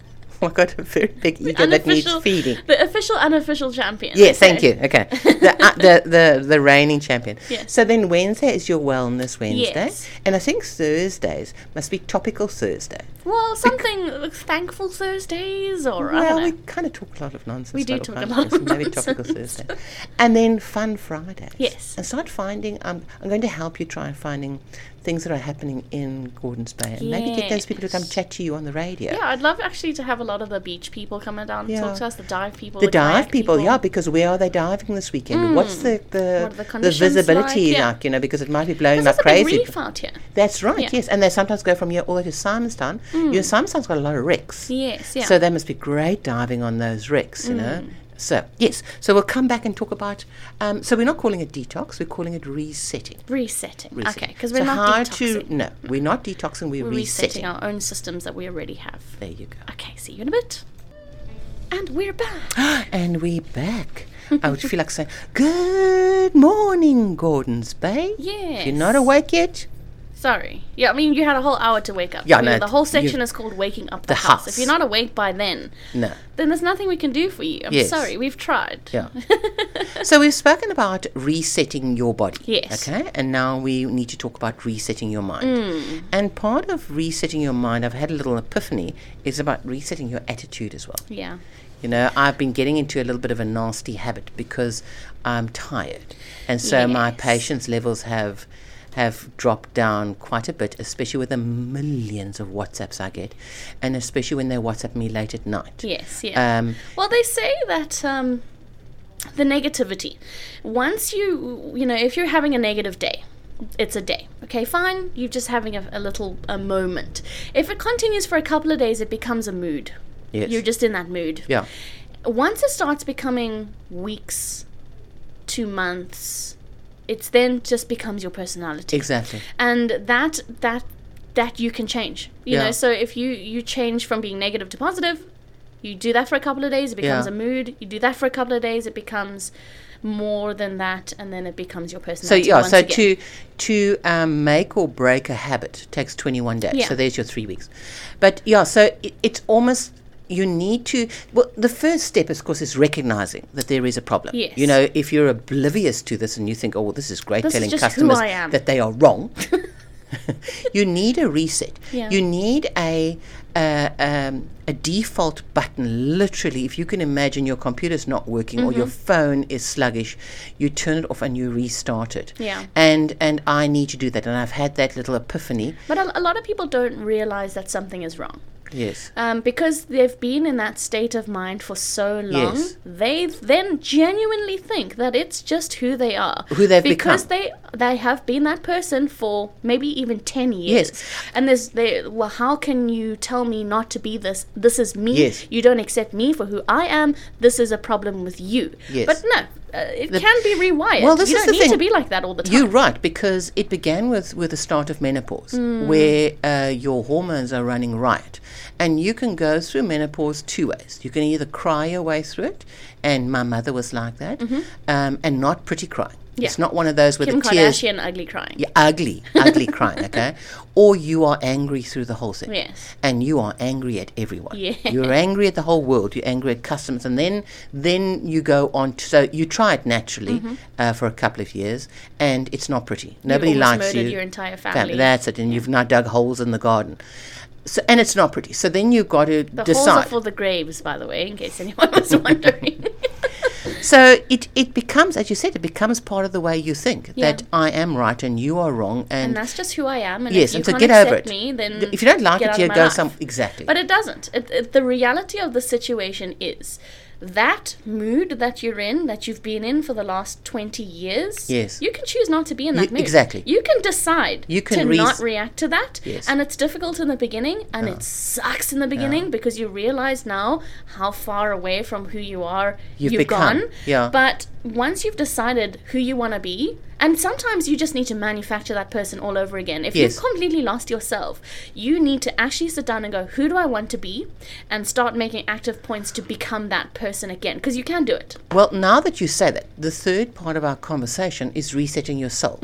S2: Oh, I got a very big ego that needs
S1: Unofficial-
S2: feeding.
S1: The official unofficial champion.
S2: Yes, thank
S1: okay.
S2: you. Okay, the, uh, the the the reigning champion.
S1: Yes.
S2: So then Wednesday is your wellness Wednesday,
S1: Yes.
S2: and I think Thursdays must be topical Thursday.
S1: Well, something like thankful Thursdays or I
S2: well,
S1: don't
S2: we
S1: know.
S2: kind of talk a lot of nonsense.
S1: We do
S2: about
S1: talk
S2: all kinds
S1: a lot of
S2: things, Maybe topical
S1: nonsense.
S2: Thursday, and then fun Fridays.
S1: Yes.
S2: And start finding. Um, I'm going to help you try and finding things that are happening in Gordons Bay, and maybe get those people to come
S1: Yes.
S2: chat to you on the radio.
S1: Yeah, I'd love actually to have a lot of the beach people come down and
S2: Yeah.
S1: talk to us, the dive people,
S2: The dive
S1: kayak
S2: people, yeah, because where are they diving this weekend? What's the
S1: Hmm. What are the
S2: the, the
S1: conditions
S2: visibility
S1: like? Yeah.
S2: you know, because it might be blowing
S1: There's
S2: up
S1: also a big
S2: crazy.
S1: reef out here.
S2: That's right,
S1: Yeah. Mm.
S2: yes. And they sometimes go from here all the way to Simonstown. You know, Simonstown's got a lot of wrecks.
S1: Yes, yeah. Mm.
S2: So they must be great diving on those wrecks, you know. So, yes. So we'll come back and talk about. Um, so we're not calling it detox, we're calling it resetting.
S1: resetting. Okay, Okay,
S2: Resetting.
S1: because we're
S2: so how
S1: not detoxing.
S2: To, no, we're not detoxing, we're,
S1: we're
S2: resetting.
S1: resetting our own systems that we already have.
S2: There you go.
S1: Okay, see you in a bit. And we're back.
S2: and we're back. I would feel like saying, Good morning, Gordon's Bay. If you're not
S1: Yes.
S2: awake yet,
S1: Sorry. Yeah, I mean you had a whole hour to wake up.
S2: Yeah,
S1: I mean,
S2: no,
S1: the whole
S2: you-
S1: section is called waking up the,
S2: The
S1: house.
S2: house.
S1: If you're not awake by then,
S2: no.
S1: then there's nothing we can do for you. I'm
S2: Yes.
S1: sorry, we've tried.
S2: Yeah. so we've spoken about resetting your body.
S1: Yes.
S2: Okay. And now we need to talk about resetting your mind.
S1: Mm.
S2: And part of resetting your mind, I've had a little epiphany, is about resetting your attitude as well.
S1: yeah.
S2: You know, I've been getting into a little bit of a nasty habit because I'm tired. And so my
S1: Yes.
S2: patience levels have have dropped down quite a bit, especially with the millions of WhatsApps I get, and especially when they WhatsApp me late at night.
S1: Yes, yeah.
S2: Um,
S1: Well, they say that um, the negativity. Once you, you know, if you're having a negative day, it's a day. Okay, fine. You're just having a, a little a moment. If it continues for a couple of days, it becomes a mood.
S2: yes.
S1: You're just in that mood.
S2: yeah.
S1: Once it starts becoming weeks, two months, it's then just becomes your personality.
S2: Exactly.
S1: and that that that you can change you
S2: Yeah.
S1: know so if you you change from being negative to positive you do that for a couple of days it becomes
S2: Yeah.
S1: a mood you do that for a couple of days it becomes more than that and then it becomes your
S2: So
S1: personality
S2: yeah,
S1: once
S2: so
S1: again.
S2: to to um, make or break a habit takes 21 days.
S1: Yeah.
S2: So there's your three weeks. But yeah, so it, it's almost you need to. Well, the first step, of course, is recognizing that there is a problem.
S1: Yes.
S2: You know, if you're oblivious to this and you think, oh, well, this is great,
S1: This is
S2: telling
S1: just who
S2: customers
S1: I am.
S2: that they are wrong. you need a reset.
S1: Yeah.
S2: You need a a, um, a default button. Literally, if you can imagine your computer's not working or your
S1: Mm-hmm.
S2: phone is sluggish, you turn it off and you restart it.
S1: Yeah.
S2: And and I need to do that. And I've had that little epiphany.
S1: but a, a lot of people don't realize that something is wrong
S2: Yes.
S1: um, because they've been in that state of mind for so long,
S2: Yes.
S1: they then genuinely think that it's just who they are,
S2: Who they've
S1: because
S2: become.
S1: they they have been that person for maybe even ten years.
S2: Yes.
S1: and there's they well, how can you tell me not to be this? This is me.
S2: Yes.
S1: you don't accept me for who I am. This is a problem with you.
S2: Yes.
S1: but no, uh, it can be rewired.
S2: Well, this
S1: you
S2: is
S1: don't
S2: the
S1: need to
S2: thing.
S1: be like that all the time.
S2: You're right because it began with with the start of menopause,
S1: Mm.
S2: where uh, your hormones are running riot, and you can go through menopause two ways. You can either cry your way through it, and my mother was like that, um, and not pretty crying.
S1: Mm-hmm. Yeah.
S2: It's not one of those where
S1: Kim
S2: the tears.
S1: Kardashian ugly crying.
S2: You're ugly, ugly crying, okay? Or you are angry through the whole thing.
S1: Yes.
S2: And you are angry at everyone.
S1: Yeah.
S2: You're angry at the whole world. You're angry at customers. And then then you go on to, so you try it naturally
S1: Mm-hmm.
S2: uh, for a couple of years and it's not pretty. Nobody
S1: almost
S2: likes
S1: murdered
S2: you.
S1: your entire
S2: Fam-
S1: family.
S2: That's it. And you've now dug holes in the garden. So, and it's not pretty. So then you've got to
S1: The holes are
S2: decide.
S1: for the graves, by the way, in case anyone was wondering.
S2: So it, it becomes, as you said, it becomes part of the way you think that I am right and you are wrong.
S1: and that's just who I am. And
S2: Yes,
S1: if you
S2: and so
S1: can't
S2: get
S1: accept
S2: over it.
S1: me, then
S2: if you don't like
S1: get
S2: it,
S1: out
S2: you
S1: of my
S2: go
S1: life.
S2: some exactly.
S1: But it doesn't. It, it, the reality of the situation is that mood that you're in, that you've been in for the last 20 years,
S2: Yes.
S1: you can choose not to be in that
S2: You-
S1: mood.
S2: exactly.
S1: You can decide
S2: You can
S1: to
S2: reas-
S1: not react to that.
S2: Yes. Uh-huh.
S1: And it's difficult in the beginning, and it sucks in the beginning because you realize now how far away from who you are
S2: You've
S1: you've,
S2: become.
S1: gone.
S2: Yeah.
S1: But once you've decided who you want to be, and sometimes you just need to manufacture that person all over again. If
S2: Yes.
S1: you've completely lost yourself, you need to actually sit down and go, who do I want to be? And start making active points to become that person again. Because you can do it.
S2: Well, now that you say that, the third part of our conversation is resetting your soul.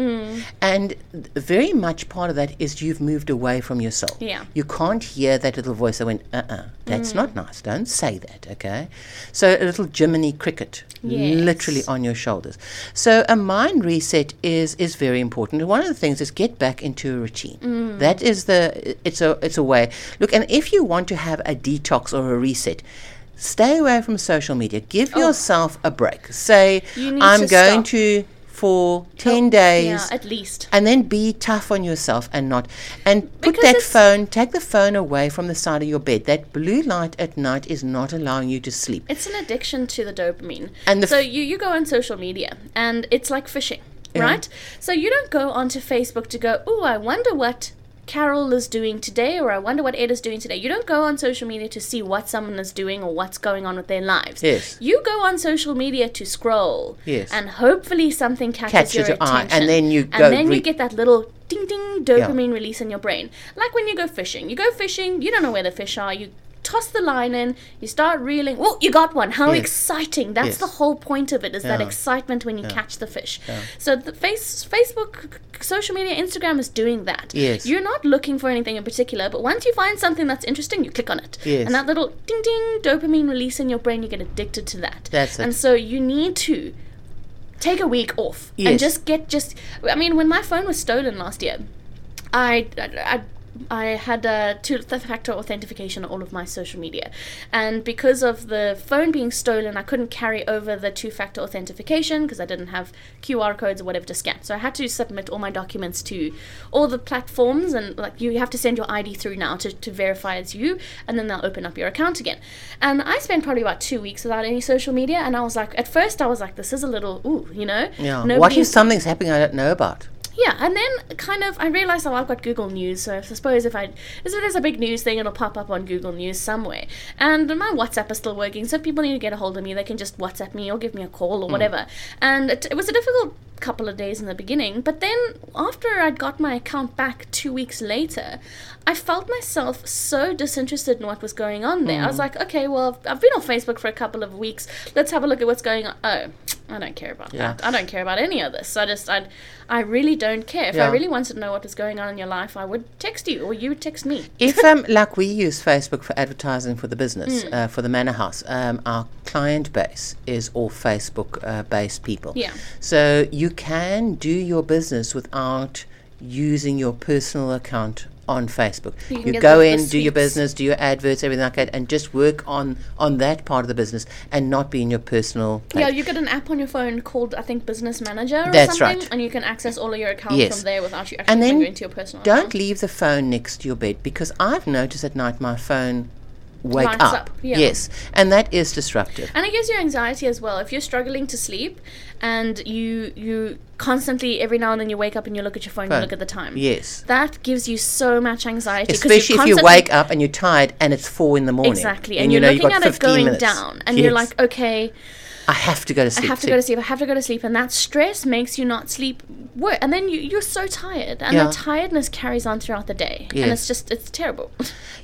S2: And th- very much part of that is you've moved away from your soul.
S1: Yeah.
S2: You can't hear that little voice that went, uh uh that's not nice. Don't say that, okay? So a little Jiminy cricket literally on your shoulders. So a mind reset is is very important. And one of the things is get back into a routine.
S1: Mm.
S2: That is the it's a it's a way. Look, and if you want to have a detox or a reset, stay away from social media. Give yourself a break. Say
S1: Oh. You need
S2: I'm
S1: to
S2: going
S1: stop."
S2: to for 10 days
S1: Yeah, at least.
S2: and then be tough on yourself and not and put
S1: Because
S2: that
S1: it's-
S2: phone take the phone away from the side of your bed that blue light at night is not allowing you to sleep
S1: It's an addiction to the dopamine.
S2: And the
S1: so
S2: f-
S1: you, you go on social media and it's like fishing, right? So you don't go onto Facebook to go, oh, I wonder what Carol is doing today or I wonder what Ed is doing today. You don't go on social media to see what someone is doing or what's going on with their lives.
S2: Yes.
S1: You go on social media to scroll.
S2: Yes.
S1: And hopefully something catches
S2: Catches
S1: your,
S2: your eye,
S1: attention.
S2: and then you go
S1: And then
S2: re-
S1: you get that little ding ding dopamine release in your brain. Like when you go fishing. You go fishing, you don't know where the fish are, you toss the line in, you start reeling. Oh, you got one. How
S2: Yes.
S1: exciting. That's
S2: Yes.
S1: the whole point of it is that
S2: Yeah.
S1: excitement when you catch the fish. So the face Facebook c- c- social media Instagram is doing that.
S2: Yes.
S1: You're not looking for anything in particular, but once you find something that's interesting, you click on it.
S2: Yes.
S1: And that little ding ding dopamine release in your brain, you get addicted to that.
S2: That's it.
S1: And so you need to take a week off
S2: Yes.
S1: and just get just i mean when my phone was stolen last year i i, I had a two-factor authentication on all of my social media, and because of the phone being stolen, I couldn't carry over the two-factor authentication because I didn't have QR codes or whatever to scan. So I had to submit all my documents to all the platforms, and like you have to send your ID through now to, to verify it's you, and then they'll open up your account again. And I spent probably about two weeks without any social media, and I was like, at first I was like, this is a little ooh, you know,
S2: yeah what
S1: Nobody-
S2: if something's happening i don't know about
S1: yeah, and then kind of I realized oh I've got Google News, so I suppose if I if there's a big news thing, it'll pop up on Google News somewhere. And my WhatsApp is still working, so if people need to get a hold of me, they can just WhatsApp me or give me a call or whatever. And it, it was a difficult couple of days in the beginning, but then after I'd got my account back two weeks later, I felt myself so disinterested in what was going on there. I was like, okay, well I've been on Facebook for a couple of weeks. Let's have a look at what's going on. Oh, I don't care about
S2: Yeah.
S1: that. I don't care about any of this. I just, I, I really don't care. If
S2: Yeah.
S1: I really wanted to know what was going on in your life, I would text you or you would text me.
S2: if um, like we use facebook for advertising for the business
S1: Hmm.
S2: uh, for the manor house um, our client base is all facebook uh, based people
S1: Yeah.
S2: so you can do your business without using your personal account on facebook you,
S1: can get
S2: go
S1: the- the
S2: in do your
S1: sweets.
S2: business do your adverts everything like that and just work on on that part of the business and not be in your personal
S1: Yeah,
S2: page.
S1: you get an app on your phone called, I think, Business Manager or
S2: That's
S1: something,
S2: right.
S1: and you can access all of your accounts
S2: Yes.
S1: from there without you actually
S2: And then
S1: going into your personal
S2: don't
S1: account.
S2: leave the phone next to your bed because I've noticed at night my phone wake
S1: Lights up, yeah.
S2: Yes, and that is disruptive.
S1: and it gives you anxiety as well if you're struggling to sleep and you you constantly every now and then you wake up and you look at your phone,
S2: Phone.
S1: you look at the time
S2: Yes.
S1: that gives you so much anxiety 'cause you're
S2: Especially if you
S1: constantly-
S2: wake up and you're tired and it's four in the morning.
S1: Exactly,
S2: Then
S1: and
S2: you
S1: you're
S2: know you've
S1: looking
S2: got
S1: at it
S2: 15
S1: going
S2: minutes.
S1: down, and you're
S2: Yes.
S1: like, okay,
S2: I have to go to
S1: I
S2: sleep.
S1: have to
S2: sleep.
S1: go to sleep. I have to go to sleep, and that stress makes you not sleep. Work, and then you, you're so tired, and
S2: Yeah.
S1: the tiredness carries on throughout the day, and
S2: Yes.
S1: it's just it's terrible.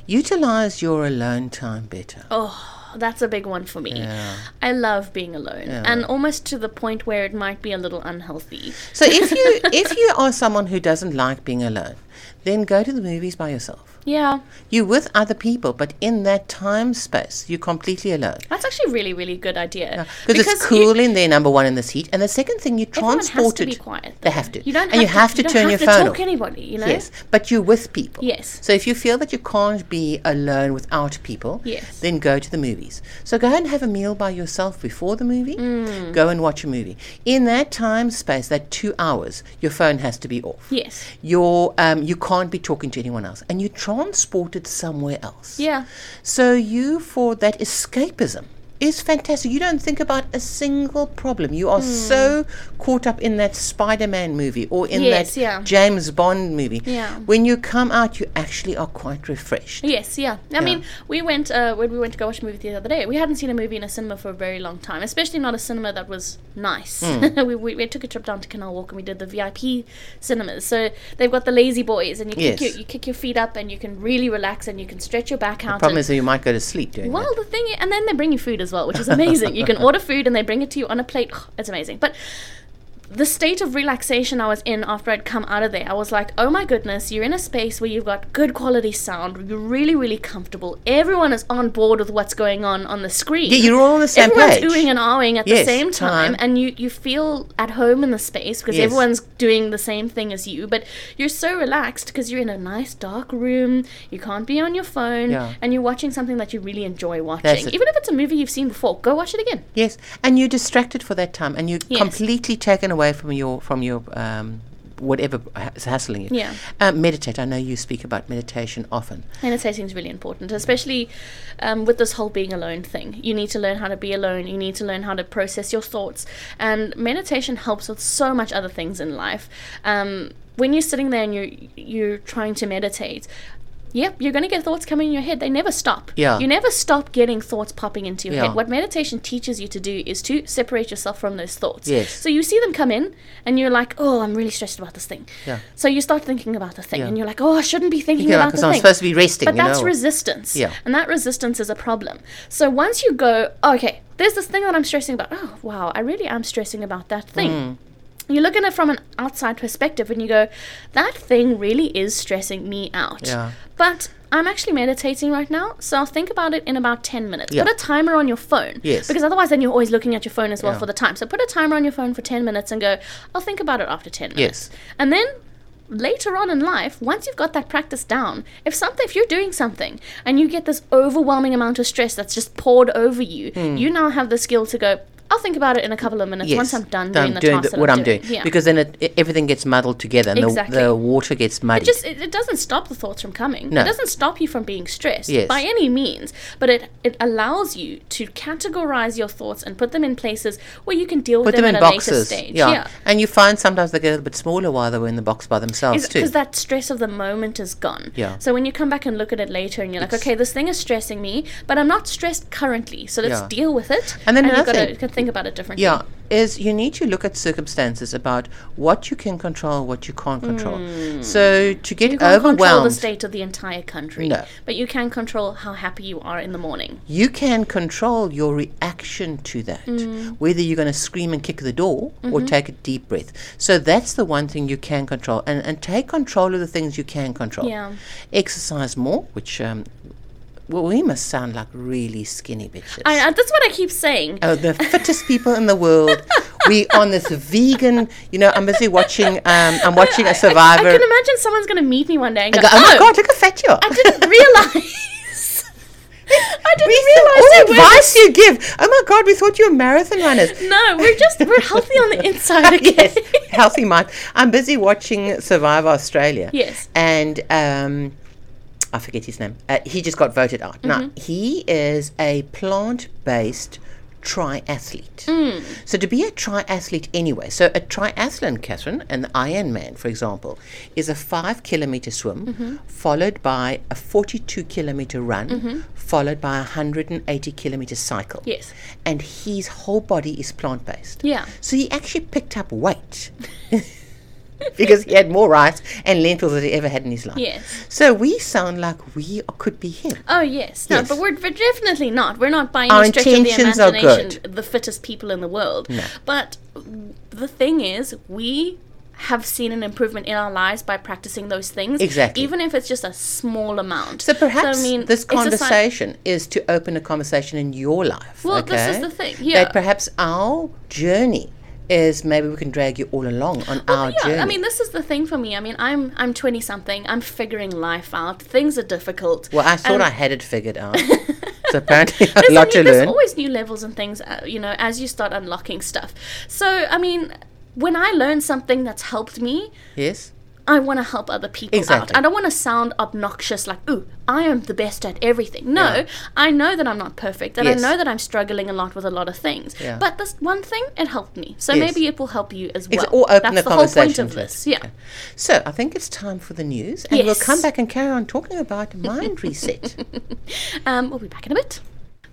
S2: Utilize your alone time better.
S1: oh, that's a big one for me.
S2: Yeah.
S1: I love being alone,
S2: Yeah.
S1: and almost to the point where it might be a little unhealthy.
S2: So if you if you are someone who doesn't like being alone, then go to the movies by yourself.
S1: Yeah,
S2: You're with other people, but in that time space, you're completely alone.
S1: that's actually a really, really good idea.
S2: Because it's
S1: you-
S2: cool in there, number one, in this heat. And the second thing, you're
S1: everyone has
S2: transported.
S1: to be quiet.
S2: They
S1: though.
S2: have to.
S1: You don't
S2: and
S1: have
S2: you have to
S1: you don't
S2: turn
S1: have
S2: your
S1: to
S2: phone
S1: talk
S2: off.
S1: anybody. You know.
S2: Yes, but you're with people.
S1: Yes.
S2: So if you feel that you can't be alone without people,
S1: Yes.
S2: then go to the movies. So go and have a meal by yourself before the movie.
S1: Mm.
S2: Go and watch a movie. In that time space, that two hours, your phone has to be off.
S1: Yes.
S2: Your um, you can't be talking to anyone else, and you're transported somewhere else.
S1: Yeah.
S2: So you for that escapism is fantastic. You don't think about a single problem. You are
S1: Hmm.
S2: so caught up in that Spider-Man movie or in
S1: Yes,
S2: that
S1: yeah.
S2: James Bond movie.
S1: Yeah.
S2: When you come out, you actually are quite refreshed.
S1: Yes, yeah. I mean, we went uh, when we went to go watch a movie the other day. We hadn't seen a movie in a cinema for a very long time, especially not a cinema that was nice.
S2: Hmm.
S1: we, we, we took a trip down to Canal Walk and we did the VIP cinemas. So they've got the lazy boys, and you
S2: Yes.
S1: kick your, you kick your feet up, and you can really relax, and you can stretch your back out.
S2: Problem
S1: and-
S2: is that you might go to sleep doing
S1: well, the thing, and then they bring you food as well, which is amazing. you can order food and they bring it to you on a plate. It's amazing. But the state of relaxation I was in after I'd come out of there, I was like, oh my goodness, you're in a space where you've got good quality sound, you're really, really comfortable. Everyone is on board with what's going on on the screen.
S2: that. Yeah, you're all on the same
S1: Everyone's
S2: page.
S1: oohing and ahhing at the
S2: Yes,
S1: same time,
S2: time.
S1: and you, you feel at home in the space because
S2: Yes.
S1: everyone's doing the same thing as you, but you're so relaxed because you're in a nice dark room, you can't be on your phone,
S2: Yeah.
S1: and you're watching something that you really enjoy
S2: That's
S1: watching.
S2: it.
S1: Even if it's a movie you've seen before, go watch it again.
S2: yes, and you're distracted for that time, and you're
S1: Yes.
S2: completely taken away from your from your um, whatever ha- is hassling you.
S1: Yeah.
S2: Uh, meditate. I know you speak about meditation often.
S1: Meditating is really important, especially um, with this whole being alone thing. You need to learn how to be alone. You need to learn how to process your thoughts. And meditation helps with so much other things in life. Um, when you're sitting there and you're you're trying to meditate. Yep, you're going to get thoughts coming in your head. They never stop.
S2: Yeah.
S1: You never stop getting thoughts popping into your
S2: Yeah.
S1: head. What meditation teaches you to do is to separate yourself from those thoughts.
S2: Yes.
S1: So you see them come in and you're like, oh, I'm really stressed about this thing.
S2: Yeah.
S1: So you start thinking about the thing
S2: Yeah.
S1: and you're like, oh, I shouldn't be thinking
S2: Yeah,
S1: about
S2: because
S1: the
S2: I'm
S1: thing.
S2: supposed to be resting.
S1: But
S2: you
S1: that's
S2: know?
S1: resistance.
S2: Yeah.
S1: And that resistance is a problem. So once you go, oh, okay, there's this thing that I'm stressing about. Oh, wow, I really am stressing about that thing.
S2: Mm.
S1: You look at it from an outside perspective and you go, that thing really is stressing me out.
S2: Yeah.
S1: But I'm actually meditating right now, so I'll think about it in about 10 minutes.
S2: Yeah.
S1: Put a timer on your phone.
S2: Yes.
S1: Because otherwise, then you're always looking at your phone as well
S2: Yeah.
S1: for the time. So put a timer on your phone for 10 minutes and go, I'll think about it after 10 minutes.
S2: Yes.
S1: And then later on in life, once you've got that practice down, if something if you're doing something and you get this overwhelming amount of stress that's just poured over you,
S2: Hmm.
S1: you now have the skill to go, I'll think about it in a couple of minutes once I'm done doing the task that
S2: what
S1: I'm,
S2: I'm doing,
S1: Yeah.
S2: because then it, i- everything gets muddled together and
S1: Exactly.
S2: the, the water gets muddy.
S1: it just it, it doesn't stop the thoughts from coming.
S2: No.
S1: It doesn't stop you from being stressed
S2: Yes.
S1: by any means, but it it allows you to categorize your thoughts and put them in places where you can deal with
S2: Put them, in
S1: at a later
S2: boxes,
S1: stage.
S2: yeah. And you find sometimes they get a little bit smaller while they were in the box by themselves too.
S1: because that stress of the moment is gone.
S2: Yeah.
S1: So when you come back and look at it later, and you're like, okay, this thing is stressing me, but I'm not stressed currently, so let's
S2: Yeah.
S1: deal with it.
S2: And then
S1: you've
S2: another
S1: got
S2: thing-
S1: to think about it differently.
S2: yeah, is you need to look at circumstances about what you can control, what you can't control. So to get
S1: Hmm. You can't control the
S2: overwhelmed,
S1: state of the entire country,
S2: No.
S1: but you can control how happy you are in the morning.
S2: you can control your reaction to that,
S1: Hmm.
S2: whether you're going to scream and kick the door or
S1: Mm-hmm.
S2: take a deep breath. So that's the one thing you can control, and, and take control of the things you can control.
S1: Yeah.
S2: Exercise more, which um, well, we must sound like really skinny bitches.
S1: I, I, uh, that's what I keep saying.
S2: Oh, the fittest people in the world. we on this vegan, you know. I'm busy watching. Um, I'm watching a Survivor.
S1: I can imagine someone's going to meet me one day and go,
S2: Go, oh my
S1: "Oh,
S2: god, look how fat you are!
S1: I didn't realize. I didn't realize
S2: All
S1: that
S2: the
S1: we're
S2: advice you give. Oh my god, we thought you were marathon runners.
S1: No, we're just we're healthy on the inside again.
S2: yes, healthy mind. I'm busy watching Survivor Australia.
S1: Yes.
S2: and um, I forget his name. Uh, he just got voted out. Now
S1: Mm-hmm.
S2: he is a plant-based triathlete.
S1: Mm.
S2: So to be a triathlete anyway, so a triathlon, Catherine, an Ironman, for example, is a five-kilometer swim
S1: Mm-hmm.
S2: followed by a 42-kilometer run, followed by a 180-kilometer cycle.
S1: Mm-hmm. Yes.
S2: and his whole body is plant-based.
S1: Yeah.
S2: So he actually picked up weight because he had more rice and lentils than he ever had in his life.
S1: Yes.
S2: So we sound like we could be him.
S1: Oh yes, no,
S2: Yes.
S1: but we're, we're definitely not. We're not by any
S2: Our
S1: stretch of the
S2: intentions are
S1: imagination the fittest people in the world. But the thing is, we have seen an improvement in our lives by practicing those things.
S2: Exactly.
S1: Even if it's just a small amount.
S2: So perhaps this
S1: it's a sign-
S2: conversation is to open a conversation in your life.
S1: Well, this is
S2: okay?
S1: the thing, yeah.
S2: That perhaps our journey is maybe we can drag you all along on our
S1: yeah,
S2: journey.
S1: I mean, this is the thing for me. I mean, I'm I'm 20 something. I'm figuring life out. Things are difficult.
S2: well, I thought
S1: and-
S2: I had it figured out. so apparently, I
S1: there's,
S2: a lot
S1: only-
S2: to
S1: um, there's
S2: learn.
S1: always new levels and things, uh, you know, as you start unlocking stuff. So, I mean, when I learn something that's helped me,
S2: yes.
S1: I want to help other people
S2: Exactly.
S1: out. I don't want to sound obnoxious like, ooh, I am the best at everything. No,
S2: Yeah.
S1: I know that I'm not perfect and
S2: Yes.
S1: I know that I'm struggling a lot with a lot of things.
S2: Yeah.
S1: But this one thing, it helped me. So
S2: Yes.
S1: maybe it will help you as well.
S2: Ex- or open
S1: that's
S2: the
S1: the whole point
S2: conversation
S1: of
S2: to it.
S1: this. Yeah.
S2: So I think it's time for the news, and we'll come
S1: Yes.
S2: back and carry on talking about mind reset.
S1: Um, we'll be back in a bit.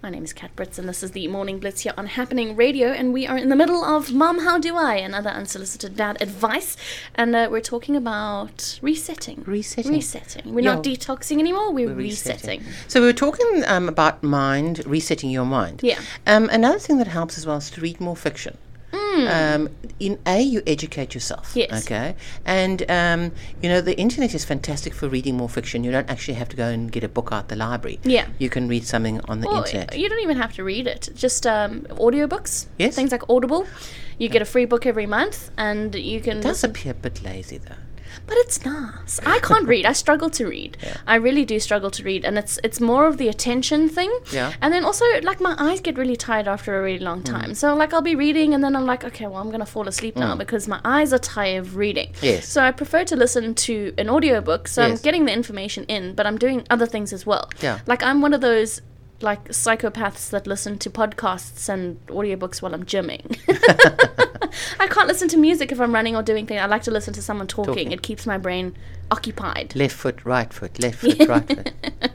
S1: My name is Kat Britz, and this is the Morning Blitz here on Happening Radio, and we are in the middle of Mum, How Do I? and other unsolicited dad advice, and uh, we're talking about resetting.
S2: Resetting.
S1: Resetting. We're not
S2: Yeah.
S1: detoxing anymore, we're, resetting.
S2: So we were talking um, about mind resetting your mind.
S1: Yeah.
S2: Um, another thing that helps as well is to read more fiction. Um, in a, you educate yourself.
S1: Mm. Yes.
S2: Okay. And um, you know the internet is fantastic for reading more fiction. You don't actually have to go and get a book out the library.
S1: Yeah.
S2: You can read something on the
S1: Or,
S2: internet.
S1: you don't even have to read it, just um, audiobooks.
S2: Yes.
S1: Things like Audible. You get a free book every month, and you can.
S2: does
S1: listen-
S2: appear a bit lazy though.
S1: but it's nice. I can't read. I struggle to read. I really do struggle to read, and it's it's more of the attention thing.
S2: Yeah. Hmm.
S1: And then also like my eyes get really tired after a really long time. So like I'll be reading, and then I'm like, okay, well I'm gonna fall asleep now because my eyes are tired of reading.
S2: Hmm. Yes.
S1: So I prefer to listen to an audiobook. So I'm
S2: Yes.
S1: getting the information in, but I'm doing other things as well.
S2: Yeah.
S1: Like I'm one of those. Like psychopaths that listen to podcasts and audiobooks while I'm gymming. I can't listen to music if I'm running or doing things. I like to listen to someone talking.
S2: Talking.
S1: It keeps my brain occupied.
S2: Left foot, right foot, left foot, right foot.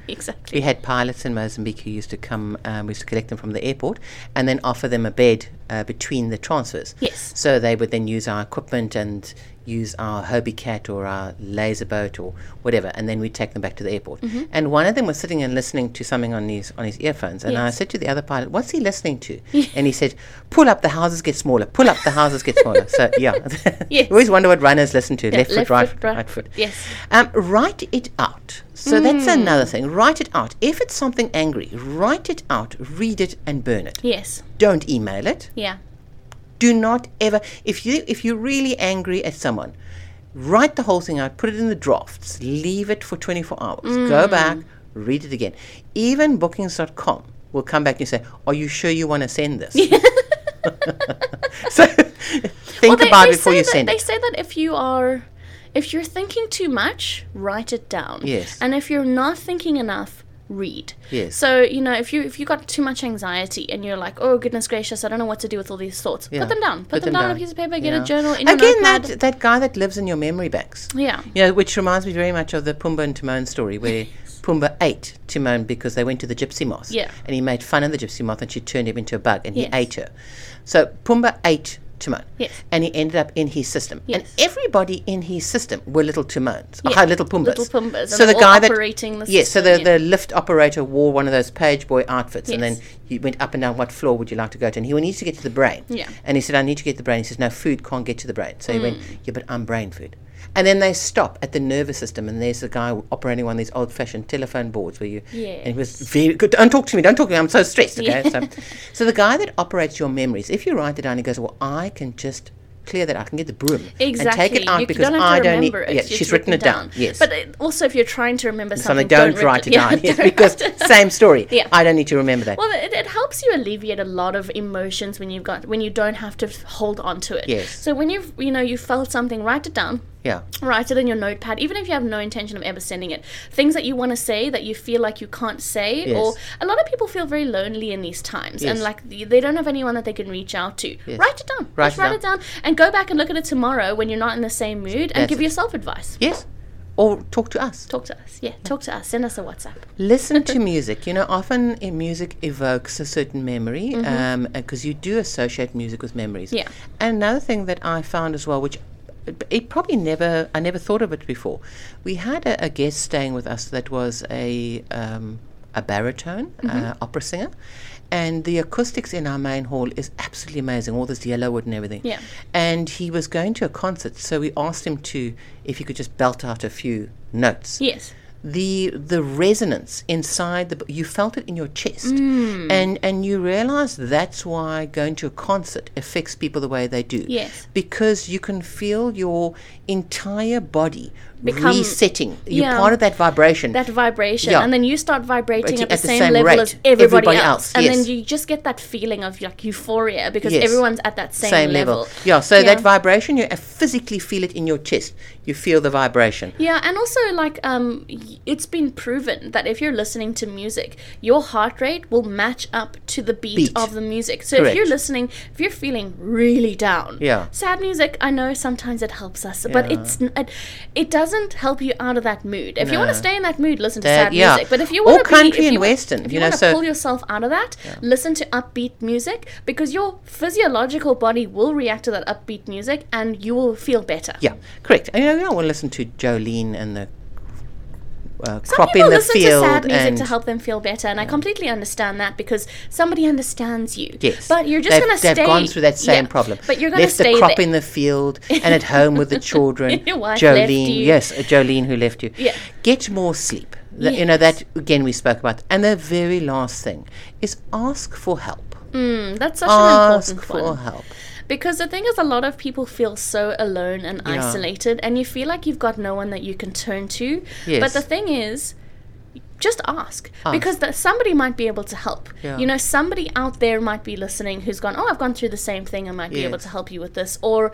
S1: exactly.
S2: We had pilots in Mozambique who used to come, um, we used to collect them from the airport and then offer them a bed uh, between the transfers.
S1: Yes.
S2: So they would then use our equipment and use our Hobie Cat or our laser boat or whatever, and then we'd take them back to the airport.
S1: Mm-hmm.
S2: And one of them was sitting and listening to something on his, on his earphones. And I
S1: Yes.
S2: said to the other pilot, What's he listening to? and he said, Pull up, the houses get smaller, pull up, the houses get smaller. So, yeah.
S1: Yes.
S2: you always wonder what runners listen to left,
S1: left
S2: foot, right
S1: foot,
S2: foot,
S1: right
S2: right,
S1: foot.
S2: foot.
S1: Yes. Hmm.
S2: Um, write it out. So that's another thing. Write it out. If it's something angry, write it out, read it, and burn it.
S1: Yes.
S2: Don't email it.
S1: Yeah.
S2: Do not ever. If you if you're really angry at someone, write the whole thing out. Put it in the drafts. Leave it for 24 hours.
S1: Hmm.
S2: Go back, read it again. Even Bookings.com will come back and say, "Are you sure you want to send this?" so think about it before
S1: say
S2: you
S1: that,
S2: send
S1: They
S2: it.
S1: say that if you are, if you're thinking too much, write it down.
S2: Yes.
S1: And if you're not thinking enough, read.
S2: Yes.
S1: So you know if you if you got too much anxiety and you're like, oh goodness gracious, I don't know what to do with all these thoughts.
S2: Yeah.
S1: Put them down. Put, them, down on a piece of paper. Get
S2: Yeah.
S1: a journal. In
S2: Again,
S1: your notepad.
S2: that that guy that lives in your memory banks.
S1: Yeah.
S2: You know, which reminds me very much of the Pumbaa and Timon story where Pumbaa ate Timon because they went to the gypsy moth.
S1: Yeah.
S2: And he made fun of the gypsy moth and she turned him into a bug and
S1: Yes.
S2: he ate her. So Pumbaa ate Timon.
S1: Yes.
S2: And he ended up in his system. And
S1: Yes.
S2: everybody in his system were little Timons.
S1: Yeah.
S2: Oh, little Pumbas.
S1: Little Pumbas, and
S2: So
S1: they're
S2: the
S1: all
S2: guy that
S1: operating the
S2: Yes, so the,
S1: system, yeah.
S2: the lift operator wore one of those page boy outfits and
S1: Yes.
S2: then he went up and down what floor would you like to go to? And he needs to get to the brain.
S1: Yeah.
S2: And he said, I need to get to the brain. He says, No, food can't get to the brain. So he went,
S1: Mm.
S2: Yeah, but I'm brain food. And then they stop at the nervous system, and there's a guy operating one of these old fashioned telephone boards where you. And he was very good. Don't talk to me, don't talk to me. I'm so stressed. Okay. So, so the guy that operates your memories, if you write it down, he goes, Well, I can just clear that. out. I can get the broom and take
S1: Exactly.
S2: it out
S1: You
S2: because
S1: don't have to
S2: I don't need.
S1: remember it.
S2: Yeah,
S1: It's
S2: she's written it down. Yes.
S1: But uh, also, if you're trying to remember something,
S2: something, don't, write it down. Yes, because same story.
S1: Yeah.
S2: I don't need to remember that.
S1: Well, it, it helps you alleviate a lot of emotions when you've got when you don't have to f- hold on to it.
S2: Yes.
S1: So when you've you know you felt something, write it down.
S2: yeah.
S1: Write it in your notepad, even if you have no intention of ever sending it. Things that you want to say that you feel like you can't say,
S2: Yes.
S1: or a lot of people feel very lonely in these times, and
S2: Yes.
S1: like the- they don't have anyone that they can reach out to. Write it down.
S2: Write
S1: Just
S2: it
S1: write it down, and go back and look at it tomorrow when you're not in the same mood, and
S2: That's
S1: give
S2: it.
S1: yourself advice.
S2: Yes. Or talk to us.
S1: Talk to us. Yeah, talk to us. Send us a WhatsApp.
S2: Listen to music. You know, often i- music evokes a certain memory um, because you do associate music with memories.
S1: Mm-hmm. Yeah.
S2: Another thing that I found as well, which it- it probably never, I never thought of it before. We had a, a guest staying with us that was a, um, a baritone,
S1: Mm-hmm.
S2: uh, opera singer, and the acoustics in our main hall is absolutely amazing, all this yellow wood and everything.
S1: Yeah.
S2: And he was going to a concert, so we asked him to, if he could just belt out a few notes
S1: Yes.
S2: the the resonance inside the you felt it in your chest
S1: Mm.
S2: and and you realize that's why going to a concert affects people the way they do
S1: Yes.
S2: because you can feel your entire body
S1: Become-
S2: resetting you're
S1: yeah.
S2: part of that vibration
S1: That vibration,
S2: Yeah.
S1: and then you start vibrating at
S2: But
S1: the, same, level
S2: rate,
S1: as everybody,
S2: everybody
S1: else,
S2: else,
S1: and
S2: yes.
S1: then you just get that feeling of like euphoria because
S2: Yes.
S1: everyone's at that same,
S2: same
S1: level.
S2: level. yeah so that
S1: Yeah.
S2: vibration you uh, physically feel it in your chest you feel the vibration
S1: Yeah, and also like um, y- it's been proven that if you're listening to music, your heart rate will match up to the beat,
S2: Beat.
S1: of the music. So if
S2: Correct.
S1: you're listening, if you're feeling really down,
S2: Yeah.
S1: sad music. I know sometimes it helps us, but
S2: Yeah.
S1: it's n- it, it doesn't help you out of that mood. If you want to
S2: No.
S1: stay in that mood, listen to
S2: That-
S1: sad
S2: yeah.
S1: music. But if you
S2: Or
S1: want to
S2: country
S1: be, if
S2: and
S1: you wa-
S2: western,
S1: if
S2: you
S1: you,
S2: know,
S1: want to
S2: so-
S1: pull yourself out of that, listen to upbeat music because your physiological body will react to that upbeat music, and you will feel better.
S2: yeah correct and you know, I want to listen to Jolene and the uh,
S1: Some
S2: crop
S1: people
S2: in the
S1: listen
S2: field
S1: to sad music
S2: and
S1: to help them feel better, and I completely understand that because somebody understands you.
S2: Yes,
S1: but you're just
S2: They've-
S1: gonna
S2: they've
S1: stay.
S2: gone through that same
S1: yeah,
S2: problem.
S1: But you're gonna
S2: left
S1: stay
S2: the crop
S1: there.
S2: in the field and at home with the children.
S1: Your wife
S2: Jolene,
S1: left you.
S2: yes, uh, Jolene who left you.
S1: Yeah.
S2: Get more sleep. Th- You know that again we spoke about. And the very last thing is ask for help.
S1: Mm, that's such an
S2: Ask
S1: important
S2: for
S1: one
S2: help.
S1: because the thing is, a lot of people feel so alone and
S2: Yeah.
S1: isolated, and you feel like you've got no one that you can turn to. But
S2: Yes.
S1: the thing is. Just ask, because that somebody might be able to help.
S2: Yeah.
S1: You know, somebody out there might be listening who's gone, "Oh, I've gone through the same thing. I might be able
S2: Yes.
S1: to help you with this," or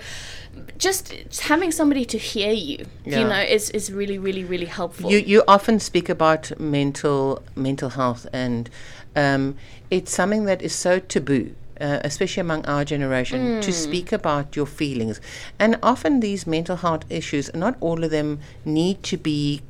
S1: just having somebody to hear you. You
S2: Yeah.
S1: know, is is really, really, really helpful.
S2: You you often speak about mental mental health, and um, it's something that is so taboo, uh, especially among our generation, to speak about your feelings. And often these mental health issues, not all of them need to be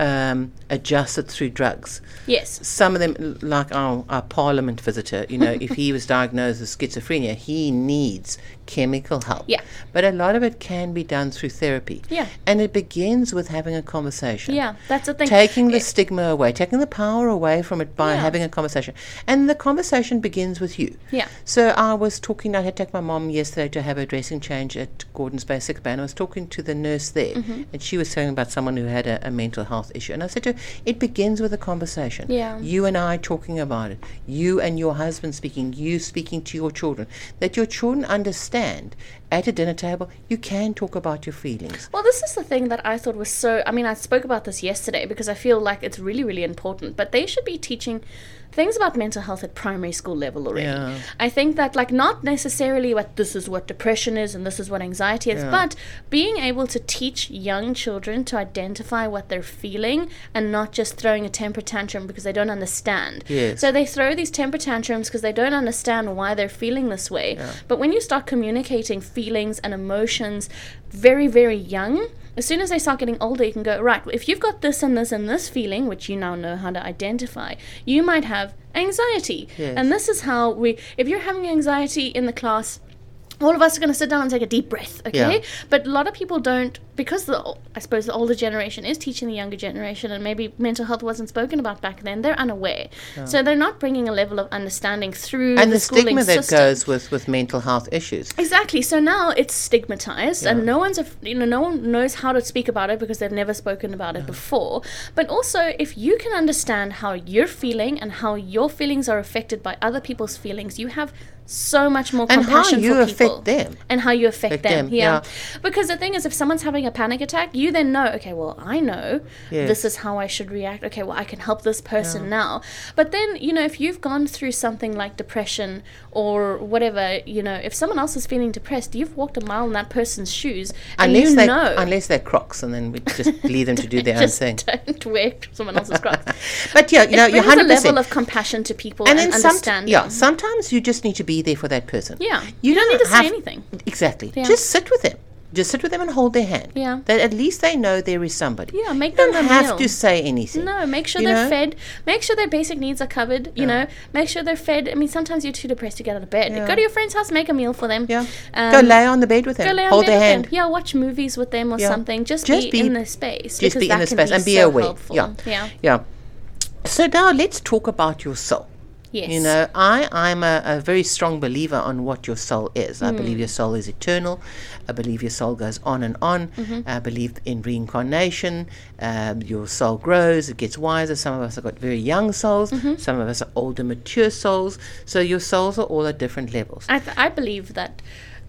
S2: um, adjusted through drugs
S1: yes,
S2: some of them, l- like our, our parliament visitor, you know, if he was diagnosed with schizophrenia, he needs chemical help.
S1: Yeah.
S2: But a lot of it can be done through therapy.
S1: Yeah.
S2: And it begins with having a conversation.
S1: yeah, that's the thing.
S2: Taking the stigma away, taking the power away from it by
S1: Yeah.
S2: having a conversation. And the conversation begins with you.
S1: Yeah.
S2: So I was talking, I had to take my mom yesterday to have her dressing change at Gordon's Bay Sick Bay, and I was talking to the nurse there,
S1: Mm-hmm.
S2: and she was telling about someone who had a, a mental health issue. And I said to her, it begins with a conversation.
S1: Yeah.
S2: You and I talking about it, you and your husband speaking, you speaking to your children, that your children understand at a dinner table, you can talk about your feelings.
S1: Well, this is the thing that I thought was so. I mean, I spoke about this yesterday because I feel like it's really, really important. But they should be teaching things about mental health at primary school level already.
S2: Yeah.
S1: I think that, like, not necessarily what this is what depression is and this is what anxiety is, but being able to teach young children to identify what they're feeling and not just throwing a temper tantrum because they don't understand.
S2: Yes.
S1: So they throw these temper tantrums because they don't understand why they're feeling this way. But when you start communicating feelings and emotions very, very young, as soon as they start getting older, you can go, right, if you've got this and this and this feeling, which you now know how to identify, you might have anxiety.
S2: Yes.
S1: And this is how we, if you're having anxiety in the class, all of us are going to sit down and take a deep breath, okay?
S2: Yeah.
S1: But a lot of people don't because the o- I suppose the older generation is teaching the younger generation, and maybe mental health wasn't spoken about back then. They're unaware, so they're not bringing a level of understanding through
S2: And
S1: the,
S2: the,
S1: schooling
S2: stigma that
S1: system.
S2: goes with, with mental health issues.
S1: Exactly. So now it's stigmatized, and no one's a, you know no one knows how to speak about it because they've never spoken about it before. But also, if you can understand how you're feeling and how your feelings are affected by other people's feelings, you have so much more
S2: And how
S1: compassion
S2: you
S1: for
S2: affect
S1: people
S2: them.
S1: and how you affect,
S2: Affect
S1: them.
S2: them,
S1: Yeah.
S2: yeah.
S1: Because the thing is, if someone's having a panic attack, you then know, okay, well, I know this
S2: Yes.
S1: is how I should react. Okay, well, I can help this person now. But then, you know, if you've gone through something like depression or whatever, you know, if someone else is feeling depressed, you've walked a mile in that person's shoes and
S2: Unless
S1: you
S2: they
S1: know.
S2: unless they're crocs, and then we just leave them to do their own
S1: just
S2: thing.
S1: don't wear someone else's crocs.
S2: But yeah, you know,
S1: it
S2: you're
S1: brings a
S2: hundred percent.
S1: level of compassion to people
S2: And
S1: and,
S2: then some,
S1: understanding.
S2: yeah, sometimes you just need to be there for that person.
S1: Yeah.
S2: you,
S1: You don't need to say
S2: have-
S1: anything.
S2: Exactly,
S1: Yeah.
S2: just sit with them. Just sit with them and hold their hand.
S1: Yeah.
S2: That at least they know there is somebody.
S1: Yeah, make
S2: you don't
S1: them
S2: have
S1: real.
S2: to say anything.
S1: No, make sure
S2: You
S1: they're
S2: know?
S1: fed. Make sure their basic needs are covered. You know, make sure they're fed. I mean, sometimes you're too depressed to get out of bed.
S2: Yeah.
S1: Go to your friend's house, make a meal for them.
S2: Yeah.
S1: Um,
S2: go lay on the bed with them.
S1: go lay on
S2: hold
S1: bed
S2: their
S1: with
S2: hand.
S1: them. Yeah, watch movies with them or
S2: Yeah.
S1: something. Just,
S2: Just
S1: be,
S2: be-
S1: in the space.
S2: Just
S1: because
S2: be in
S1: that
S2: the
S1: can
S2: space and be
S1: so
S2: aware.
S1: helpful.
S2: Yeah.
S1: Yeah.
S2: Yeah. So now let's talk about your soul.
S1: Yes.
S2: You know, I, I'm a, a very strong believer on what your soul is. I believe your soul is eternal. I believe your soul goes on and on. I believe in reincarnation. Um, your soul grows, it gets wiser. Some of us have got very young souls, some of us are older, mature souls. So your souls are all at different levels.
S1: I, th- I believe that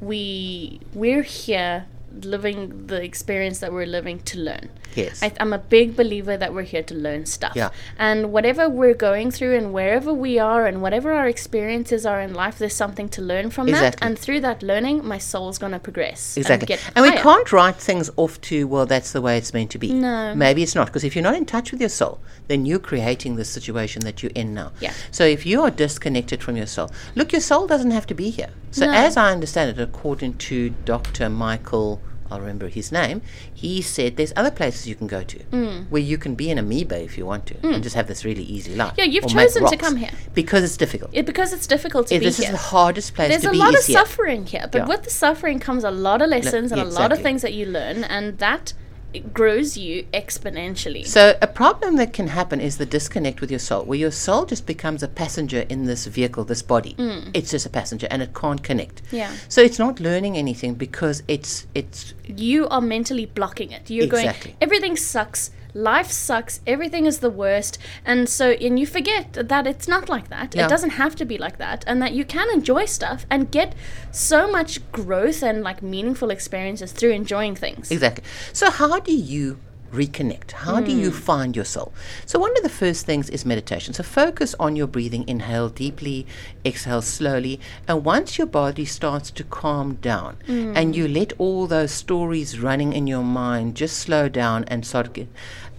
S1: we we're here living the experience that we're living to learn.
S2: Yes.
S1: I th- I'm a big believer that we're here to learn stuff.
S2: Yeah.
S1: And whatever we're going through and wherever we are and whatever our experiences are in life, there's something to learn from that.
S2: Exactly.
S1: And through that learning, my soul's going to progress. And,
S2: Exactly.
S1: get
S2: And we
S1: higher.
S2: can't write things off to, well, that's the way it's meant to be.
S1: No.
S2: Maybe it's not. Because if you're not in touch with your soul, then you're creating the situation that you're in now.
S1: Yeah.
S2: So if you are disconnected from your soul, look, your soul doesn't have to be here. So
S1: No.
S2: as I understand it, according to Dr. Michael. I'll remember his name. He said there's other places you can go to
S1: Mm.
S2: where you can be an amoeba if you want to and just have this really easy life.
S1: Yeah, you've
S2: or make
S1: chosen to
S2: rocks,
S1: come here.
S2: Because it's difficult.
S1: It, because it's difficult to
S2: If
S1: be
S2: this
S1: here.
S2: is the hardest place
S1: there's
S2: to
S1: a
S2: be.
S1: lot of
S2: is here.
S1: suffering here, but
S2: Yeah.
S1: with the suffering comes a lot of lessons and a lot of
S2: exactly.
S1: things that you learn, and that it grows you exponentially.
S2: So a problem that can happen is the disconnect with your soul, where your soul just becomes a passenger in this vehicle, this body. It's just a passenger, and it can't connect.
S1: Yeah.
S2: So it's not learning anything because it's it's
S1: you are mentally blocking it. You're
S2: Exactly.
S1: going, everything sucks. Life sucks. Everything is the worst. And so, and you forget that it's not like that.
S2: Yeah.
S1: It doesn't have to be like that. And that you can enjoy stuff and get so much growth and like meaningful experiences through enjoying things.
S2: exactly. So how do you reconnect? How do
S1: Hmm.
S2: you find your soul? So one of the first things is meditation. So focus on your breathing. Inhale deeply, exhale slowly, and once your body starts to calm down,
S1: Hmm.
S2: and you let all those stories running in your mind just slow down and sort of get,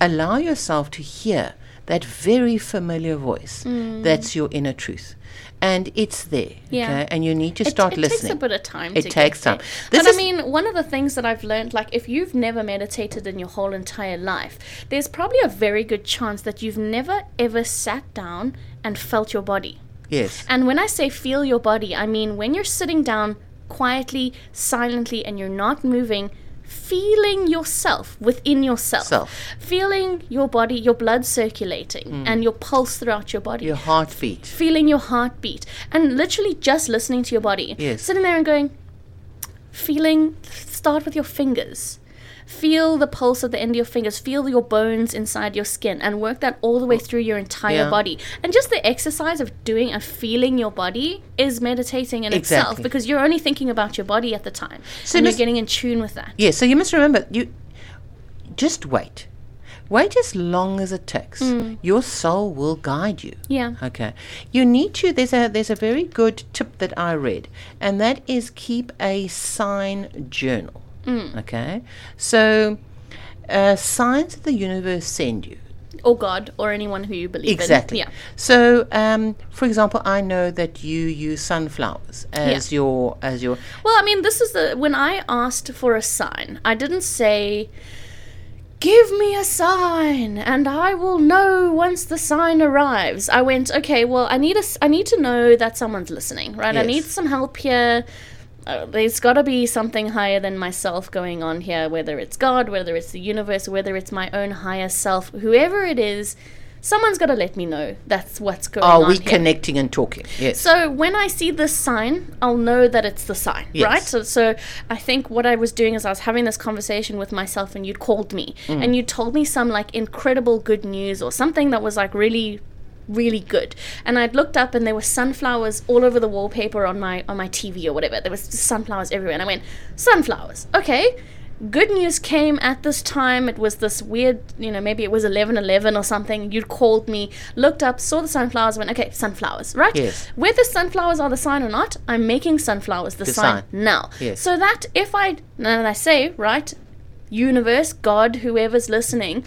S2: allow yourself to hear that very familiar voice. That's your inner truth. And it's there.
S1: Hmm. Yeah.
S2: Okay. And you need to
S1: It-
S2: start
S1: it,
S2: listening.
S1: takes a bit of time.
S2: It
S1: to
S2: takes
S1: get there.
S2: time. This
S1: but I
S2: is-
S1: mean, one of the things that I've learned, like if you've never meditated in your whole entire life, there's probably a very good chance that you've never ever sat down and felt your body.
S2: yes.
S1: And when I say feel your body, I mean when you're sitting down quietly, silently, and you're not moving, feeling yourself within yourself.
S2: Self. Mm.
S1: Feeling your body, your blood circulating, and your pulse throughout your body.
S2: Your heartbeat.
S1: Feeling your heartbeat, and literally just listening to your body.
S2: Yes.
S1: Sitting there and going, feeling, start with your fingers. Feel the pulse at the end of your fingers. Feel your bones inside your skin and work that all the way through your entire
S2: Yeah.
S1: body. And just the exercise of doing and feeling your body is meditating in itself
S2: Exactly.
S1: because you're only thinking about your body at the time.
S2: So
S1: and you're
S2: just-
S1: getting in tune with that.
S2: Yeah, so you must remember you just wait. Wait as long as it takes. Your soul will guide you.
S1: Hmm. Yeah.
S2: Okay. You need to there's a there's a very good tip that I read and that is keep a sign journal.
S1: Hmm.
S2: Okay? So uh, signs that the universe send you.
S1: Or God or anyone who you believe
S2: Exactly.
S1: in. Yeah.
S2: So, um, for example, I know that you use sunflowers as your as your
S1: Well, I mean, this is the when I asked for a sign, I didn't say give me a sign and I will know once the sign arrives. I went, okay, well, I need a s- I need to know that someone's listening, right? I
S2: Yes.
S1: need some help here. Uh, there's got to be something higher than myself going on here, whether it's God, whether it's the universe, whether it's my own higher self, whoever it is, someone's got to let me know that's what's going on.
S2: are Oh, we
S1: here.
S2: connecting and talking? Yes.
S1: So when I see this sign, I'll know that it's the sign,
S2: Yes.
S1: right? So, so I think what I was doing is I was having this conversation with myself, and you'd called me, and you told me some like incredible good news or something that was like really really good and i'd looked up and there were sunflowers all over the wallpaper on my on my tv or whatever there was just sunflowers everywhere and i went sunflowers okay good news came at this time it was this weird you know maybe it was 11 11 or something you'd called me looked up saw the sunflowers went okay sunflowers right
S2: Yes.
S1: whether sunflowers are the sign or not, I'm making sunflowers the, sign,
S2: sign.
S1: now.
S2: Yes.
S1: So that if I, now that I say, right, universe, God, whoever's listening,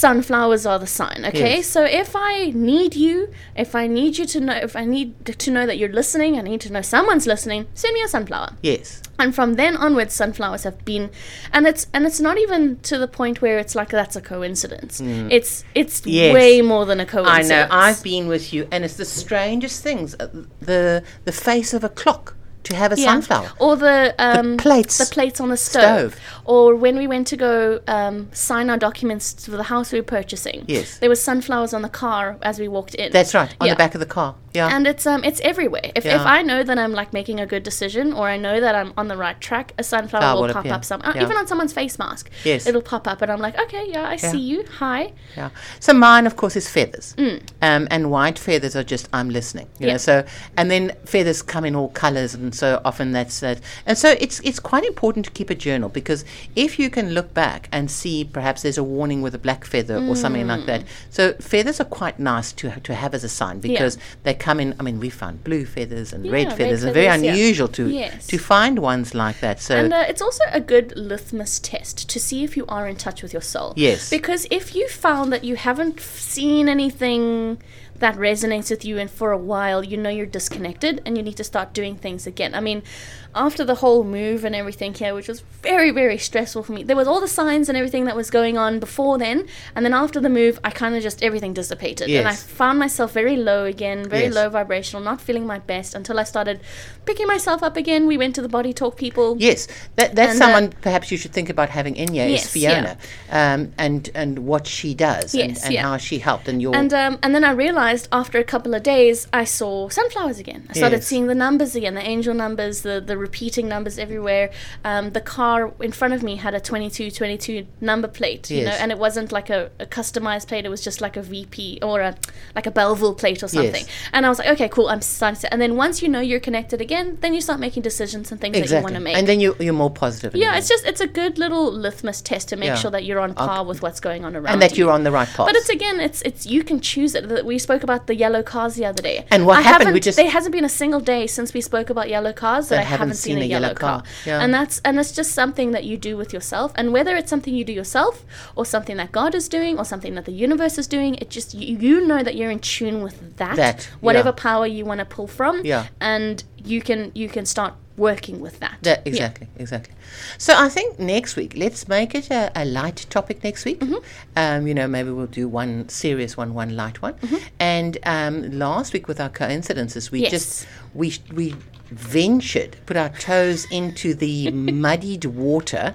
S1: sunflowers are the sign okay
S2: Yes.
S1: so if i need you if i need you to know if i need to know that you're listening i need to know someone's listening send me a sunflower
S2: Yes.
S1: and from then onwards sunflowers have been and it's and it's not even to the point where it's like that's a coincidence it's it's
S2: Mm. Yes.
S1: way more than a
S2: I
S1: coincidence
S2: know. I've been with you, and it's the strangest things. uh, The the face of a clock to have a
S1: Yeah.
S2: sunflower.
S1: or the um
S2: plates.
S1: the plates on the stove,
S2: Stove.
S1: or when we went to go um, sign our documents for the house we were purchasing
S2: Yes.
S1: there was sunflowers on the car as we walked in
S2: That's right on
S1: Yeah.
S2: the back of the car. Yeah.
S1: and it's um it's everywhere. If, if
S2: Yeah.
S1: I know that I'm like making a good decision or I know that I'm on the right track, a sunflower
S2: Flower
S1: will
S2: will
S1: pop
S2: appear.
S1: up some uh,
S2: Yeah.
S1: even on someone's face mask.
S2: Yes.
S1: It'll pop up and I'm like, Okay, yeah, I see you. Hi.
S2: Yeah. So mine, of course, is feathers. Um, and white feathers are just I'm listening.
S1: Mm.
S2: You
S1: Yeah.
S2: know. So and then feathers come in all colours, and so often that's that. And so it's it's quite important to keep a journal because if you can look back and see perhaps there's a warning with a black feather or something like
S1: Mm.
S2: that. So feathers are quite nice to ha- to have as a sign because they come in. I mean, we found blue feathers and
S1: Yeah,
S2: red
S1: red
S2: feathers, and very
S1: feathers, yeah.
S2: unusual to
S1: Yes.
S2: to find ones like that. So
S1: And uh, it's also a good litmus test to see if you are in touch with your soul.
S2: Yes.
S1: Because if you found that you haven't f- seen anything that resonates with you and for a while, you know you're disconnected and you need to start doing things again. I mean, after the whole move and everything here, which was very, very stressful for me, there was all the signs and everything that was going on before then. And then after the move, I kind of just everything dissipated. And I
S2: Yes.
S1: found myself very low again, very
S2: Yes.
S1: low vibrational, not feeling my best until I started picking myself up again. We went to the body talk people.
S2: Yes, that, that's
S1: And, uh,
S2: someone perhaps you should think about having in here is
S1: Yes, yeah.
S2: Fiona, um, and and what she does
S1: Yes,
S2: and, and
S1: yeah.
S2: how she helped and your
S1: And um, and then I realized after a couple of days, I saw sunflowers again. I started
S2: Yes.
S1: seeing the numbers again, the angel numbers, the, the repeating numbers everywhere. Um, the car in front of me had a 22 22 number plate, you know,
S2: Yes.
S1: and it wasn't like a, a customized plate. It was just like a VP or a like a Belleville plate or something. And I was like, okay, cool. I'm starting to. And then once you know you're connected again, then you start making decisions and things that you want to make.
S2: and then you you're more positive. in
S1: yeah,
S2: it.
S1: it's just it's a good little litmus test to make
S2: Yeah.
S1: sure that you're on par with what's going on around
S2: and that
S1: you.
S2: you're on the right path.
S1: But it's again, it's it's you can choose it. That We spoke about the yellow cars the other day,
S2: And what
S1: I
S2: happened, we
S1: haven't-
S2: just-
S1: there hasn't been a single day since we spoke about yellow cars that I haven't, seen, a yellow, car.
S2: Yeah.
S1: And that's and that's just something that you do with yourself. And whether it's something you do yourself or something that God is doing or something that the universe is doing, it just you, you know that you're in tune with that,
S2: That, yeah.
S1: whatever power you want to pull from,
S2: Yeah.
S1: and you can you can start working with that.
S2: That-
S1: Yeah.
S2: exactly, exactly. So I think next week, let's make it a, a light topic next week.
S1: Mm-hmm.
S2: Um, you know, maybe we'll do one serious one, one light one. And um, last week with our coincidences, we
S1: Mm-hmm. Yes.
S2: just we we ventured, put our toes into the muddied water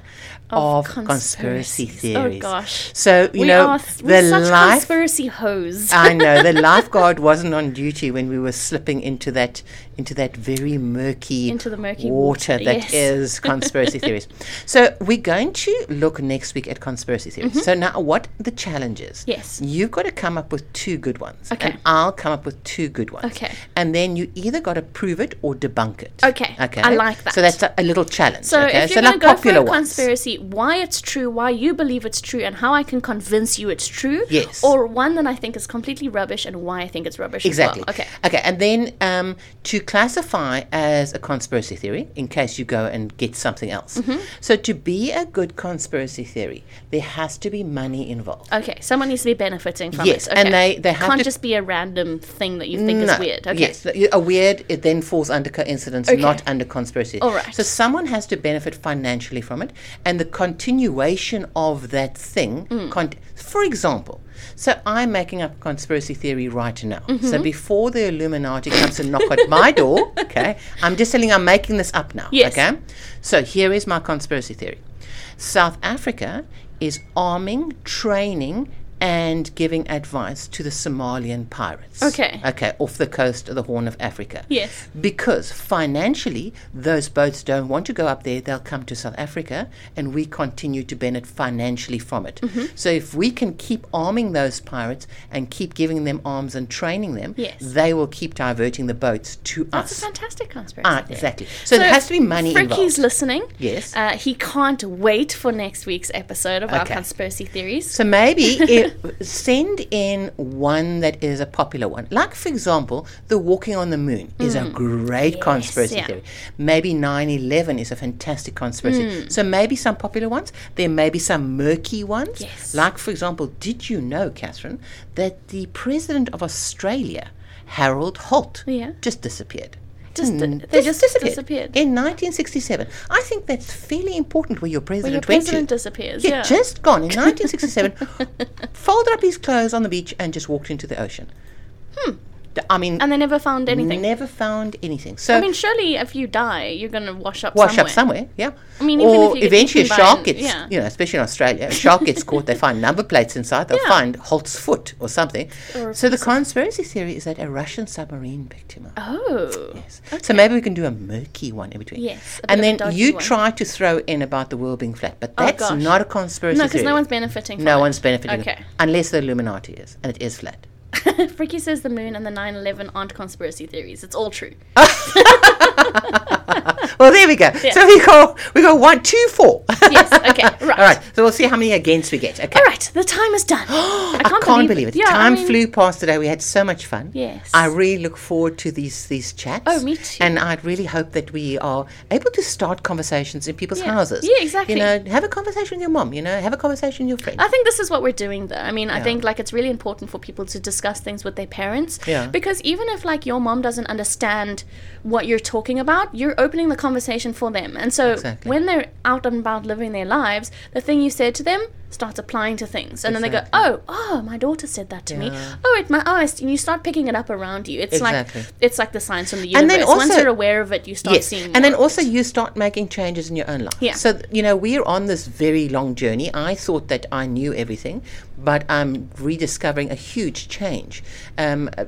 S2: of, conspiracy
S1: conspiracies. Oh,
S2: theories.
S1: gosh.
S2: So you
S1: we
S2: know
S1: are
S2: the
S1: we're such
S2: life.
S1: conspiracy hoes.
S2: I know the lifeguard wasn't on duty when we were slipping into that into that very murky
S1: Into the murky
S2: water,
S1: water,
S2: that
S1: yes.
S2: is conspiracy theories. So we're going to look next week at conspiracy theories. So now, what the challenges?
S1: Mm-hmm. Yes.
S2: you've got to come up with two good ones,
S1: Okay.
S2: and I'll come up with two good ones.
S1: Okay.
S2: and then you either got to prove it or debunk it.
S1: Okay,
S2: okay,
S1: I like that.
S2: So that's a, a little challenge.
S1: So
S2: okay?
S1: if you're going to go for a
S2: ones.
S1: conspiracy, why it's true, why you believe it's true, and how I can convince you it's true.
S2: Yes.
S1: Or one that I think is completely rubbish and why I think it's rubbish.
S2: Exactly.
S1: As well. Okay.
S2: Okay, and then um, to classify as a conspiracy theory, in case you go and get something else. So to be a good conspiracy theory, there has to be money involved.
S1: Okay. Someone needs to be benefiting from
S2: Yes,
S1: it. Okay.
S2: and they- they have
S1: can't
S2: to-
S1: just be a random thing that you think is weird. Okay.
S2: Yes, th- a weird. It then falls under coincidence, not under conspiracy.
S1: All right.
S2: So someone has to benefit financially from it, and the continuation of that thing.
S1: Mm.
S2: Con- for example, so I'm making up conspiracy theory right now.
S1: Mm-hmm.
S2: So before the Illuminati comes and knock at my door, okay, I'm just telling. you I'm making this up now.
S1: Yes.
S2: Okay. So here is my conspiracy theory. South Africa is arming, training. And giving advice to the Somalian pirates.
S1: Okay.
S2: Okay, off the coast of the Horn of Africa.
S1: Yes.
S2: Because financially, those boats don't want to go up there, they'll come to South Africa, and we continue to benefit financially from it.
S1: Mm-hmm.
S2: So if we can keep arming those pirates and keep giving them arms and training them,
S1: Yes.
S2: they will keep diverting the boats to
S1: It's a
S2: us.
S1: fantastic conspiracy.
S2: Ah,
S1: theory.
S2: exactly. So, there has to be money
S1: Fricky's
S2: involved.
S1: listening.
S2: Yes.
S1: Uh, he can't wait for next week's episode of our
S2: Okay.
S1: conspiracy theories.
S2: So maybe i send in one that is a popular one. Like, for example, the walking on the moon is a great conspiracy
S1: Mm. yeah.
S2: theory. Maybe 9 11 is a fantastic conspiracy.
S1: Mm.
S2: So, maybe some popular ones. There may be some murky ones.
S1: Yes.
S2: Like, for example, did you know, Catherine, that the president of Australia, Harold Holt,
S1: Yeah.
S2: just disappeared?
S1: Just di-
S2: Mm,
S1: they just disappeared.
S2: in 1967. I think that's fairly important where your president
S1: Your
S2: went
S1: president
S2: to.
S1: disappears.
S2: Yeah,
S1: Yeah.
S2: just gone in 1967. folded up his clothes on the beach and just walked into the ocean. Hmm. I mean,
S1: and they never found anything.
S2: never found anything. So
S1: I mean, surely if you die, you're going to wash up
S2: wash
S1: somewhere.
S2: up somewhere. Yeah. I
S1: mean, even
S2: or
S1: if you get
S2: eventually
S1: eaten
S2: a
S1: by
S2: shark
S1: an-
S2: gets,
S1: yeah.
S2: you know, especially in Australia, a shark gets caught. They find number plates inside. They'll
S1: Yeah.
S2: find Holt's foot or something.
S1: Or a
S2: so the conspiracy theory is that a Russian submarine picked him up.
S1: Oh.
S2: Yes. So maybe we can do a murky one in between.
S1: Yes, a bit
S2: And
S1: of a
S2: then
S1: dodgy
S2: you
S1: one.
S2: try to throw in about the world being flat, but
S1: Oh,
S2: that's
S1: gosh.
S2: not a conspiracy.
S1: No, because
S2: theory.
S1: no one's benefiting from
S2: No
S1: it.
S2: one's benefiting.
S1: Okay.
S2: Unless the Illuminati is, and it is flat.
S1: Ricky says the moon and the 9 11 aren't conspiracy theories. It's all true.
S2: Well, there we go. So we go, we go one, two, four.
S1: Yes, okay, right.
S2: All right. So we'll see how many against we get. Okay.
S1: All right, the time is done. I
S2: I can't, believe, it.
S1: Yeah, I
S2: Time
S1: mean,
S2: flew past today. We had so much fun.
S1: Yes.
S2: I really look forward to these these chats.
S1: Oh, me too.
S2: And I really hope that we are able to start conversations in people's
S1: Yeah.
S2: houses.
S1: Yeah, exactly.
S2: You know, have a conversation with your mom. You know, have a conversation with your friend.
S1: I think this is what we're doing, though. I mean, I think like it's really important for people to discuss things with their parents.
S2: Yeah.
S1: Because even if like your mom doesn't understand what you're talking about, you're opening the conversation for them. And so
S2: Exactly.
S1: when they're out and about living their lives, the thing you said to them starts applying to things, and then they go, "Oh, oh, my daughter said that to me.
S2: Yeah.
S1: Oh, it my oh," and you start picking it up around you. It's
S2: Exactly.
S1: like it's like the signs from the universe.
S2: And then
S1: Once
S2: also-
S1: you're aware of it, you start
S2: Yes,
S1: seeing.
S2: and then
S1: more of
S2: also
S1: it.
S2: you start making changes in your own life.
S1: Yeah.
S2: So th- you know we're on this very long journey. I thought that I knew everything, but I'm rediscovering a huge change. Um, uh,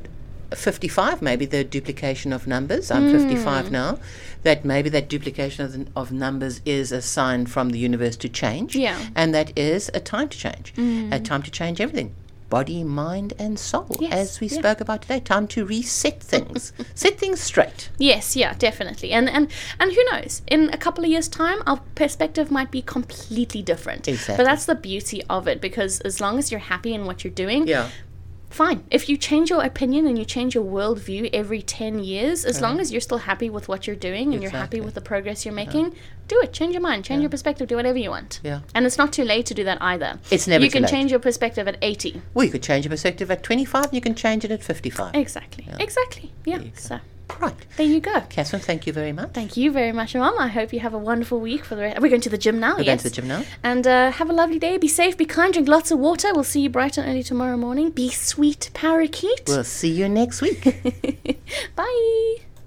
S2: 55 maybe the duplication of numbers i'm
S1: Hmm.
S2: 55 now that maybe that duplication of, the, of numbers is a sign from the universe to change
S1: Yeah. Hmm.
S2: and that is a time to change a time to change everything body mind and soul
S1: Yes,
S2: as we
S1: yeah.
S2: spoke about today time to reset things set things straight
S1: Yes, yeah, definitely. And and and who knows? In a couple of years' time, our perspective might be completely different.
S2: Exactly.
S1: But that's the beauty of it because as long as you're happy in what you're doing,
S2: yeah
S1: fine. If you change your opinion and you change your worldview every ten years, as long as you're still happy with what you're doing and you're happy
S2: Uh-huh. Exactly. Uh-huh.
S1: with the progress you're making, do it. Change your mind, change your perspective, do whatever you want.
S2: Yeah.
S1: And it's not too late to do that either.
S2: It's never
S1: You
S2: too
S1: can
S2: late.
S1: change your perspective at eighty.
S2: Well, you could change your perspective at 25, you can change it at 55.
S1: Exactly. Exactly. Yeah. So
S2: Right.
S1: there you go.
S2: Catherine, thank you very much.
S1: Thank you very much, Mum. I hope you have a wonderful week for the rest. We're going to the gym now.
S2: We're
S1: yes.
S2: going to the gym now.
S1: And uh, have a lovely day. Be safe. Be kind. Drink lots of water. We'll see you bright and early tomorrow morning. Be sweet, parakeet.
S2: We'll see you next week.
S1: Bye.